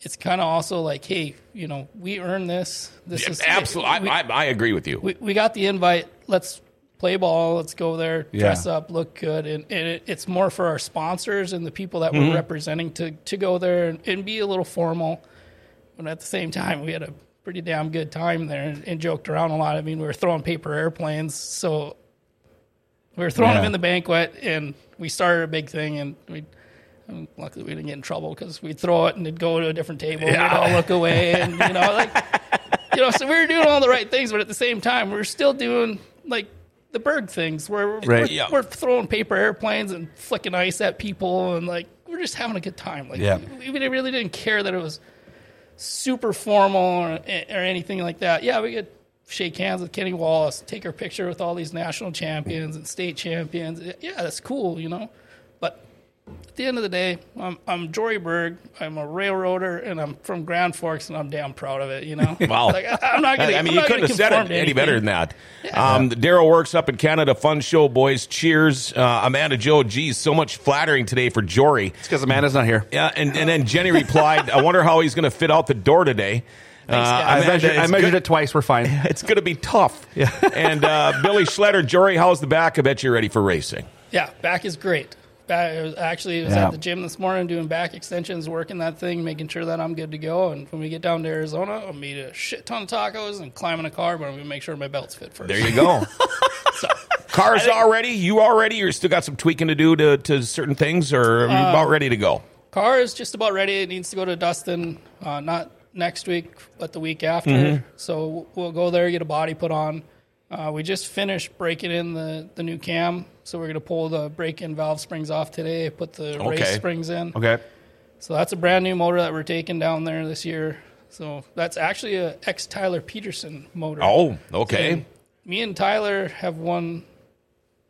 Speaker 4: it's kind of also like, hey, you know, we earned this. This is
Speaker 2: Absolutely.
Speaker 4: We,
Speaker 2: I, I, I agree with you.
Speaker 4: we, we got the invite. Let's play ball. Let's go there. Dress
Speaker 3: Yeah.
Speaker 4: up, look good, and, and it, it's more for our sponsors and the people that
Speaker 3: Mm-hmm.
Speaker 4: we're representing to to go there and, and be a little formal. But at the same time, we had a pretty damn good time there and, and joked around a lot. I mean, we were throwing paper airplanes, so we were throwing
Speaker 3: Yeah.
Speaker 4: them in the banquet, and we started a big thing, and we. and Luckily, we didn't get in trouble because we'd throw it and it'd go to a different table. We'd all look away, and you know, like you know, so we were doing all the right things, but at the same time, we were still doing like the Berg things where we're,
Speaker 3: Right.
Speaker 4: we're,
Speaker 2: Yeah.
Speaker 4: we're throwing paper airplanes and flicking ice at people, and like we're just having a good time. Like,
Speaker 3: Yeah.
Speaker 4: we, we really didn't care that it was super formal or, or anything like that. Yeah, we could shake hands with Kenny Wallace, take her picture with all these national champions and state champions. Yeah, that's cool, you know, but at the end of the day, I'm, I'm Jory Berg. I'm a railroader, and I'm from Grand Forks, and I'm damn proud of it. You know,
Speaker 2: Wow.
Speaker 4: Like, I, am not gonna.
Speaker 2: I
Speaker 4: I'm
Speaker 2: mean, you
Speaker 4: not
Speaker 2: couldn't
Speaker 4: gonna
Speaker 2: have said
Speaker 4: conform
Speaker 2: it
Speaker 4: to
Speaker 2: any
Speaker 4: anything.
Speaker 2: better than that. Um, Daryl works up in Canada. Fun show, boys. Cheers. Uh, Amanda Joe, geez, so much flattering today for Jory.
Speaker 3: It's because Amanda's not here.
Speaker 2: Yeah, and, and then Jenny replied, I wonder how he's going to fit out the door today. Uh,
Speaker 4: guys.
Speaker 3: I
Speaker 2: Amanda,
Speaker 3: measured, I
Speaker 2: it's
Speaker 3: measured
Speaker 2: good-
Speaker 3: it twice. We're fine.
Speaker 2: It's going to be tough. Yeah. and uh, Billy Schletter, Jory, how's the back? I bet you're ready for racing.
Speaker 4: Yeah, back is great. Back, I was actually was
Speaker 3: Yeah.
Speaker 4: at the gym this morning doing back extensions, working that thing, making sure that I'm good to go. And when we get down to Arizona, I'll meet a shit ton of tacos and climb in a car, but I'm gonna make sure my belt's fit first.
Speaker 2: There you go. Cars already? You already? You're still got some tweaking to do to, to certain things, or are you
Speaker 4: Uh,
Speaker 2: about ready to go?
Speaker 4: Car is just about ready. It needs to go to Dustin, uh, not next week, but the week after.
Speaker 2: Mm-hmm.
Speaker 4: So we'll go there, get a body put on. Uh, we just finished breaking in the, the new cam, so we're gonna pull the brake in valve springs off today, put the
Speaker 2: Okay.
Speaker 4: race springs in.
Speaker 3: Okay.
Speaker 4: So that's a brand new motor that we're taking down there this year. So that's actually a ex Tyler Peterson motor.
Speaker 2: Oh, okay.
Speaker 4: And me and Tyler have won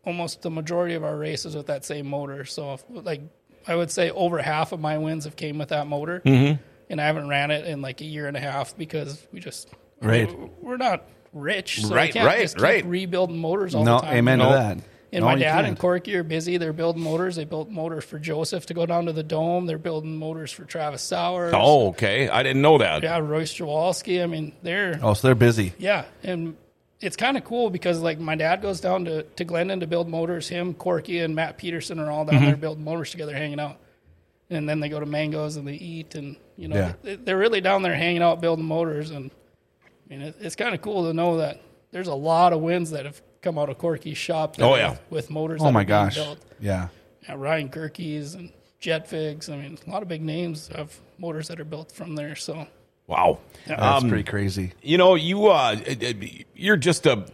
Speaker 4: almost the majority of our races with that same motor. So, if, like, I would say over half of my wins have came with that motor, mm-hmm. and I haven't ran it in like a year and a half because we just
Speaker 3: Right.
Speaker 4: we- we're not rich, so
Speaker 2: Right,
Speaker 4: we can't
Speaker 2: right,
Speaker 4: just keep
Speaker 2: right.
Speaker 4: rebuilding motors all
Speaker 3: No.
Speaker 4: the time.
Speaker 3: Amen
Speaker 2: No.
Speaker 3: to that.
Speaker 4: And
Speaker 3: No,
Speaker 4: my
Speaker 3: you
Speaker 4: dad
Speaker 3: can't.
Speaker 4: and Corky are busy. They're building motors. They built motors for Joseph to go down to the dome. They're building motors for Travis Sauer.
Speaker 2: Oh, okay. I didn't know that.
Speaker 4: yeah, Royce Jawalski. I mean, they're
Speaker 3: Oh, so they're busy.
Speaker 4: yeah, and it's kind of cool because like my dad goes down to to Glendon to build motors. Him, Corky, and Matt Peterson are all
Speaker 3: Mm-hmm.
Speaker 4: down there building motors together, hanging out. And then they go to Mangoes and they eat, and you know
Speaker 3: Yeah.
Speaker 4: they, they're really down there hanging out building motors. And I mean, it, it's kind of cool to know that there's a lot of wins that have come out of Corky's shop.
Speaker 2: Oh, yeah.
Speaker 4: with motors.
Speaker 3: Oh
Speaker 4: that
Speaker 3: my
Speaker 4: were being
Speaker 3: gosh.
Speaker 4: built.
Speaker 3: Yeah.
Speaker 4: Yeah, Ryan Gerke's and Jet Figs. I mean, a lot of big names of motors that are built from there. So
Speaker 2: Wow. Um,
Speaker 3: That's
Speaker 4: Um,
Speaker 3: pretty crazy.
Speaker 2: You know, you uh, it- it- you're just a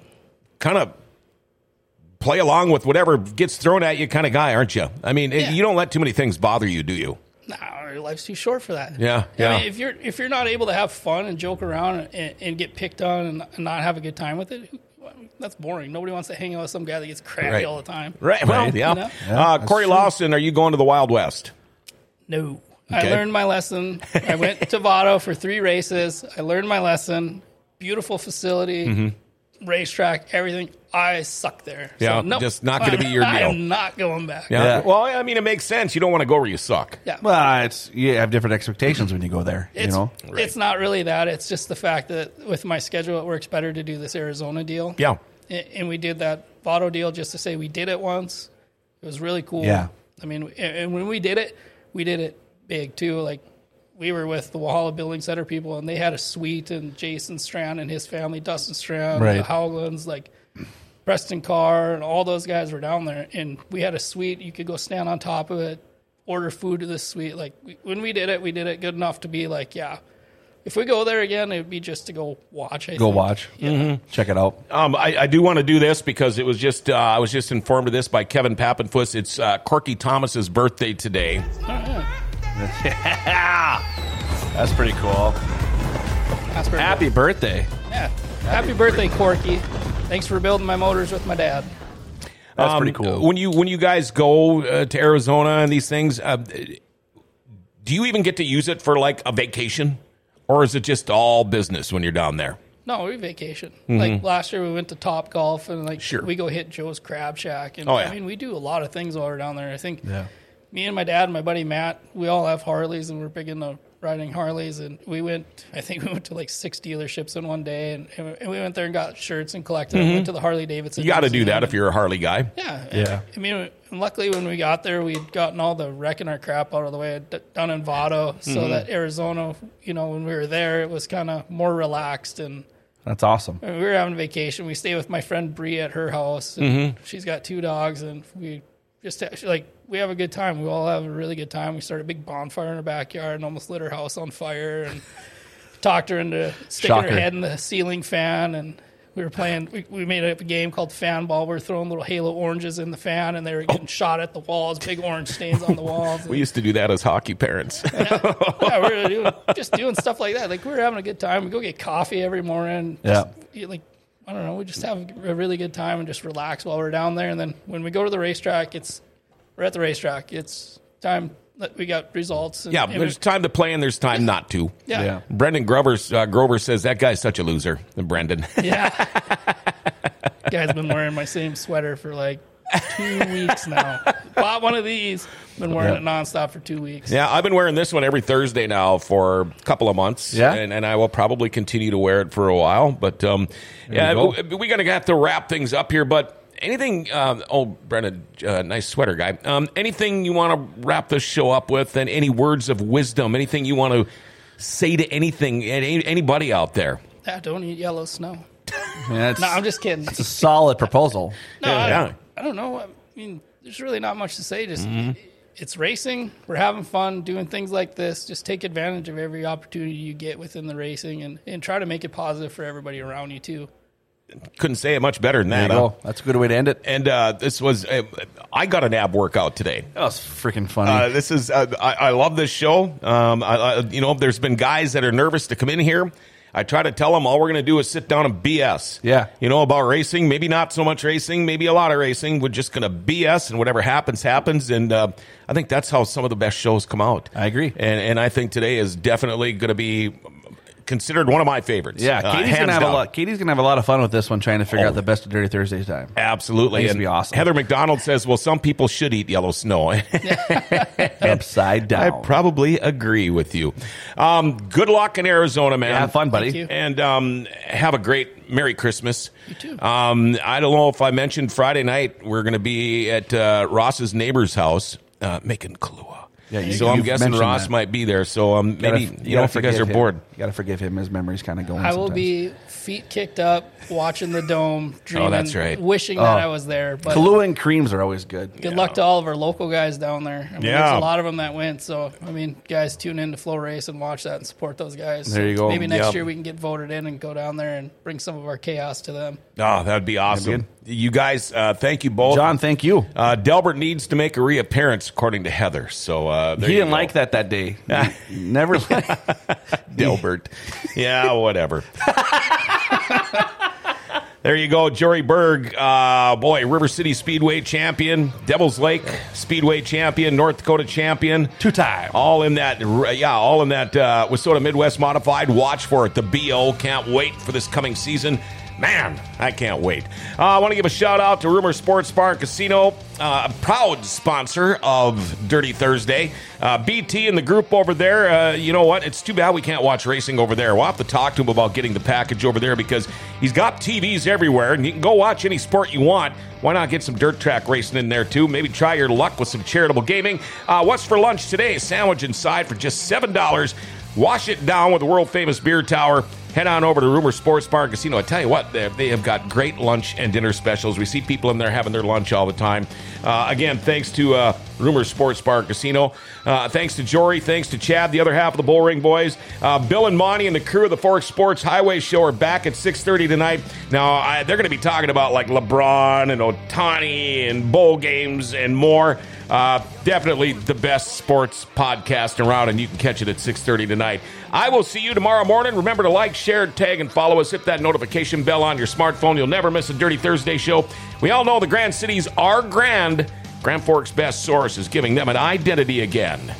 Speaker 2: kind of play along with whatever gets thrown at you kind of guy, aren't you? I mean, it-
Speaker 4: Yeah.
Speaker 2: you don't let too many things bother you, do you?
Speaker 4: nah, our life's too short for that.
Speaker 2: Yeah,
Speaker 4: I mean,
Speaker 2: yeah.
Speaker 4: if you're if you're not able to have fun and joke around and, and get picked on and, and not have a good time with it, who- that's boring. Nobody wants to hang out with some guy that gets crappy
Speaker 2: Right.
Speaker 4: all the time.
Speaker 2: Right. Well,
Speaker 3: Right.
Speaker 2: yeah.
Speaker 4: You know?
Speaker 2: uh, Corey Lawson, are you going to the Wild West?
Speaker 4: No.
Speaker 2: Okay.
Speaker 4: I learned my lesson. I went to Vado for three races. I learned my lesson. Beautiful facility, racetrack, everything. I suck there.
Speaker 2: Mm-hmm. Yeah,
Speaker 4: no,
Speaker 2: just not gonna be your deal.
Speaker 4: I'm not going back.
Speaker 2: Yeah.
Speaker 3: Yeah.
Speaker 2: Well, I mean, it makes sense. You don't want to go where you suck.
Speaker 4: Yeah.
Speaker 3: Well, it's you have different expectations when you go there.
Speaker 4: it's,
Speaker 3: you know.
Speaker 4: it's not really that. It's just the fact that with my schedule, it works better to do this Arizona deal.
Speaker 2: Yeah.
Speaker 4: A- And we did that Votto deal just to say we did it once. It was really cool.
Speaker 3: Yeah.
Speaker 4: I mean, a- and when we did it, we did it big too. Like we were with the Wahala Building Center people, and they had a suite, and Jason Strand and his family, Dustin Strand,
Speaker 3: Right.
Speaker 4: the Howlands, like Preston Carr, and all those guys were down there. And we had a suite. You could go stand on top of it, order food to the suite. Like we, when we did it, we did it good enough to be like, yeah. If we go there again, it'd be just to go watch. I
Speaker 3: Go
Speaker 4: think.
Speaker 3: watch.
Speaker 4: Mm-hmm.
Speaker 3: Check it out.
Speaker 2: Um, I, I do want to do this because it was just uh, I was just informed of this by Kevin Pappenfuss. It's uh, Corky Thomas's birthday today.
Speaker 3: That's pretty cool.
Speaker 4: That's pretty
Speaker 3: Happy birthday.
Speaker 4: Yeah. Happy birthday, Corky. Thanks for building my motors with my dad.
Speaker 3: That's
Speaker 2: Um,
Speaker 3: pretty cool.
Speaker 2: When you when you guys go uh, to Arizona and these things, uh, do you even get to use it for like a vacation, or is it just all business when you're down there?
Speaker 4: No, we vacation. Like last year, we went to Top Golf and like
Speaker 2: Sure.
Speaker 4: we go hit Joe's Crab Shack. And
Speaker 2: Oh, yeah.
Speaker 4: I mean, we do a lot of things while we're down there. I think
Speaker 3: Yeah.
Speaker 4: me and my dad and my buddy Matt, we all have Harleys and we're big into riding Harleys. And we went, I think we went to like six dealerships in one day, and, and we- and we went there and got shirts and collected. Went to the Harley Davidson.
Speaker 2: You got to do
Speaker 4: Museum.
Speaker 2: that if you're a Harley guy.
Speaker 4: Yeah.
Speaker 3: Yeah.
Speaker 4: I mean, luckily when we got there, we'd gotten all the wrecking our crap out of the way d- done in Vado, so that Arizona, you know, when we were there, it was kind of more relaxed and.
Speaker 3: That's awesome.
Speaker 4: I mean, we were having a vacation. We stay with my friend Bree at her house. And She's got two dogs, and we just she- like we have a good time. We all have a really good time. We started a big bonfire in her backyard and almost lit her house on fire, and talked her into sticking
Speaker 3: Shocker.
Speaker 4: her head in the ceiling fan. And we were playing. We, we made up a game called Fan Ball. We were throwing little Halo oranges in the fan, and they were getting shot at the walls. Big orange stains on the walls.
Speaker 2: We used to do that as hockey parents.
Speaker 4: yeah, we were doing, just doing stuff like that. Like we were having a good time. We go get coffee every morning. Just, yeah, Like I don't know, we just have a really good time and just relax while we're down there. And then when we go to the racetrack, it's we're at the racetrack. It's time that we got results. And,
Speaker 2: yeah,
Speaker 4: and
Speaker 2: there's
Speaker 4: we-
Speaker 2: time to play and there's time not to.
Speaker 3: Yeah.
Speaker 4: yeah,
Speaker 2: Brendan Grover's, uh, Grover says that guy's such a loser. Brendan.
Speaker 4: yeah. Guy's been wearing my same sweater for like two weeks now. Bought one of these. Been wearing
Speaker 3: Yeah.
Speaker 4: it nonstop for two weeks.
Speaker 2: Yeah, I've been wearing this one every Thursday now for a couple of months.
Speaker 3: Yeah?
Speaker 2: And, and I will probably continue to wear it for a while. But um, yeah,
Speaker 3: you go.
Speaker 2: we, are going to have to wrap things up here. But anything, um, oh, Brennan, uh, nice sweater guy. Um, anything you want to wrap this show up with, and any words of wisdom, anything you want to say to anything, any, anybody out there?
Speaker 4: Yeah, don't eat yellow snow.
Speaker 3: Yeah, it's,
Speaker 4: No, I'm just kidding.
Speaker 3: it's a solid proposal.
Speaker 4: No, I,
Speaker 2: Yeah.
Speaker 4: I don't know. I mean, there's really not much to say. Just
Speaker 2: Mm-hmm.
Speaker 4: it's racing. We're having fun doing things like this. Just take advantage of every opportunity you get within the racing, and and try to make it positive for everybody around you too.
Speaker 2: Couldn't say it much better than
Speaker 3: There you
Speaker 2: that. huh?
Speaker 3: go. That's a good way to end it.
Speaker 2: And uh, this was, uh, I got an ab workout today.
Speaker 3: That was freaking funny.
Speaker 2: Uh, this is uh, I, I love this show. Um, I, I, you know, there's been guys that are nervous to come in here. I try to tell them all we're going to do is sit down and BS.
Speaker 3: Yeah.
Speaker 2: you know about racing. Maybe not so much racing. Maybe a lot of racing. We're just going to BS and whatever happens happens. And uh, I think that's how some of the best shows come out.
Speaker 3: I agree.
Speaker 2: And and I think today is definitely going to be considered one of my favorites.
Speaker 3: yeah,
Speaker 2: Uh,
Speaker 3: Katie's
Speaker 2: hands
Speaker 3: gonna have
Speaker 2: down.
Speaker 3: a lot. Katie's gonna have a lot of fun with this one, trying to figure
Speaker 2: Oh.
Speaker 3: out the best of Dirty Thursday time.
Speaker 2: Absolutely,
Speaker 3: These
Speaker 2: And
Speaker 3: be awesome.
Speaker 2: Heather McDonald says, "Well, some people should eat yellow snow."
Speaker 3: Upside down.
Speaker 2: I probably agree with you. Um, good luck in Arizona, man.
Speaker 3: Yeah, have fun, buddy.
Speaker 4: Thank you.
Speaker 2: And um, have a great Merry Christmas. You
Speaker 4: too.
Speaker 2: Um, I don't know if I mentioned Friday night, we're going to be at uh, Ross's neighbor's house uh, making Kahlua.
Speaker 3: Yeah, you-
Speaker 2: so I'm
Speaker 3: you've
Speaker 2: guessing
Speaker 3: mentioned
Speaker 2: Ross
Speaker 3: that.
Speaker 2: might be there. So um,
Speaker 3: Gotta-
Speaker 2: maybe you know
Speaker 3: gotta
Speaker 2: if you guys
Speaker 3: forgive
Speaker 2: are
Speaker 3: him.
Speaker 2: bored.
Speaker 3: You got to forgive him. His memory's kind of going.
Speaker 4: I will
Speaker 3: sometimes.
Speaker 4: be feet kicked up, watching the dome, dreaming,
Speaker 2: Oh, that's right. Oh.
Speaker 4: wishing that I was there. But
Speaker 3: Kahlua and creams are always good.
Speaker 4: good luck to all of our local guys down there. I mean,
Speaker 2: Yeah.
Speaker 4: there's a lot of them that went. So I mean, guys, tune in to Flow Race and watch that and support those guys.
Speaker 3: There you go.
Speaker 4: Maybe next
Speaker 2: Yep.
Speaker 4: year we can get voted in and go down there and bring some of our chaos to them.
Speaker 2: Oh, that'd be awesome. You guys, uh, thank you both.
Speaker 3: John, thank you.
Speaker 2: Uh, Delbert needs to make a reappearance, according to Heather. So uh, there
Speaker 3: he
Speaker 2: you
Speaker 3: didn't
Speaker 2: go.
Speaker 3: like that that day. Never. Like,
Speaker 2: Delbert. yeah, whatever. there you go, Jory Berg. Uh, boy, River City Speedway champion, Devil's Lake Speedway champion, North Dakota champion.
Speaker 3: Two time.
Speaker 2: All in that, yeah, all in that uh, Wasota Midwest Modified. Watch for it. The BO can't wait for this coming season. Man, I can't wait. Uh, I want to give a shout out to Rumor Sports Bar and Casino, uh, a proud sponsor of Dirty Thursday. Uh, BT and the group over there, uh, you know what? It's too bad we can't watch racing over there. We'll have to talk to him about getting the package over there because he's got TVs everywhere and you can go watch any sport you want. Why not get some dirt track racing in there too? Maybe try your luck with some charitable gaming. Uh, what's for lunch today? Sandwich inside for just seven dollars. Wash it down with the world famous beer tower. Head on over to Rumor Sports Bar and Casino. I tell you what, they they have got great lunch and dinner specials. We see people in there having their lunch all the time. Uh, again, thanks to uh, Rumor Sports Bar and Casino. Uh, thanks to Jory. Thanks to Chad, the other half of the Bullring Boys. Uh, Bill and Monty and the crew of the Fork Sports Highway Show are back at 6.30 tonight. Now, I, they're going to be talking about like LeBron and Otani and bowl games and more. Uh, definitely the best sports podcast around, and you can catch it at 6.30 tonight. I will see you tomorrow morning. Remember to like, share, tag, and follow us. Hit that notification bell on your smartphone. You'll never miss a Dirty Thursday show. We all know the Grand Cities are grand. Grand Forks Best Source is giving them an identity again.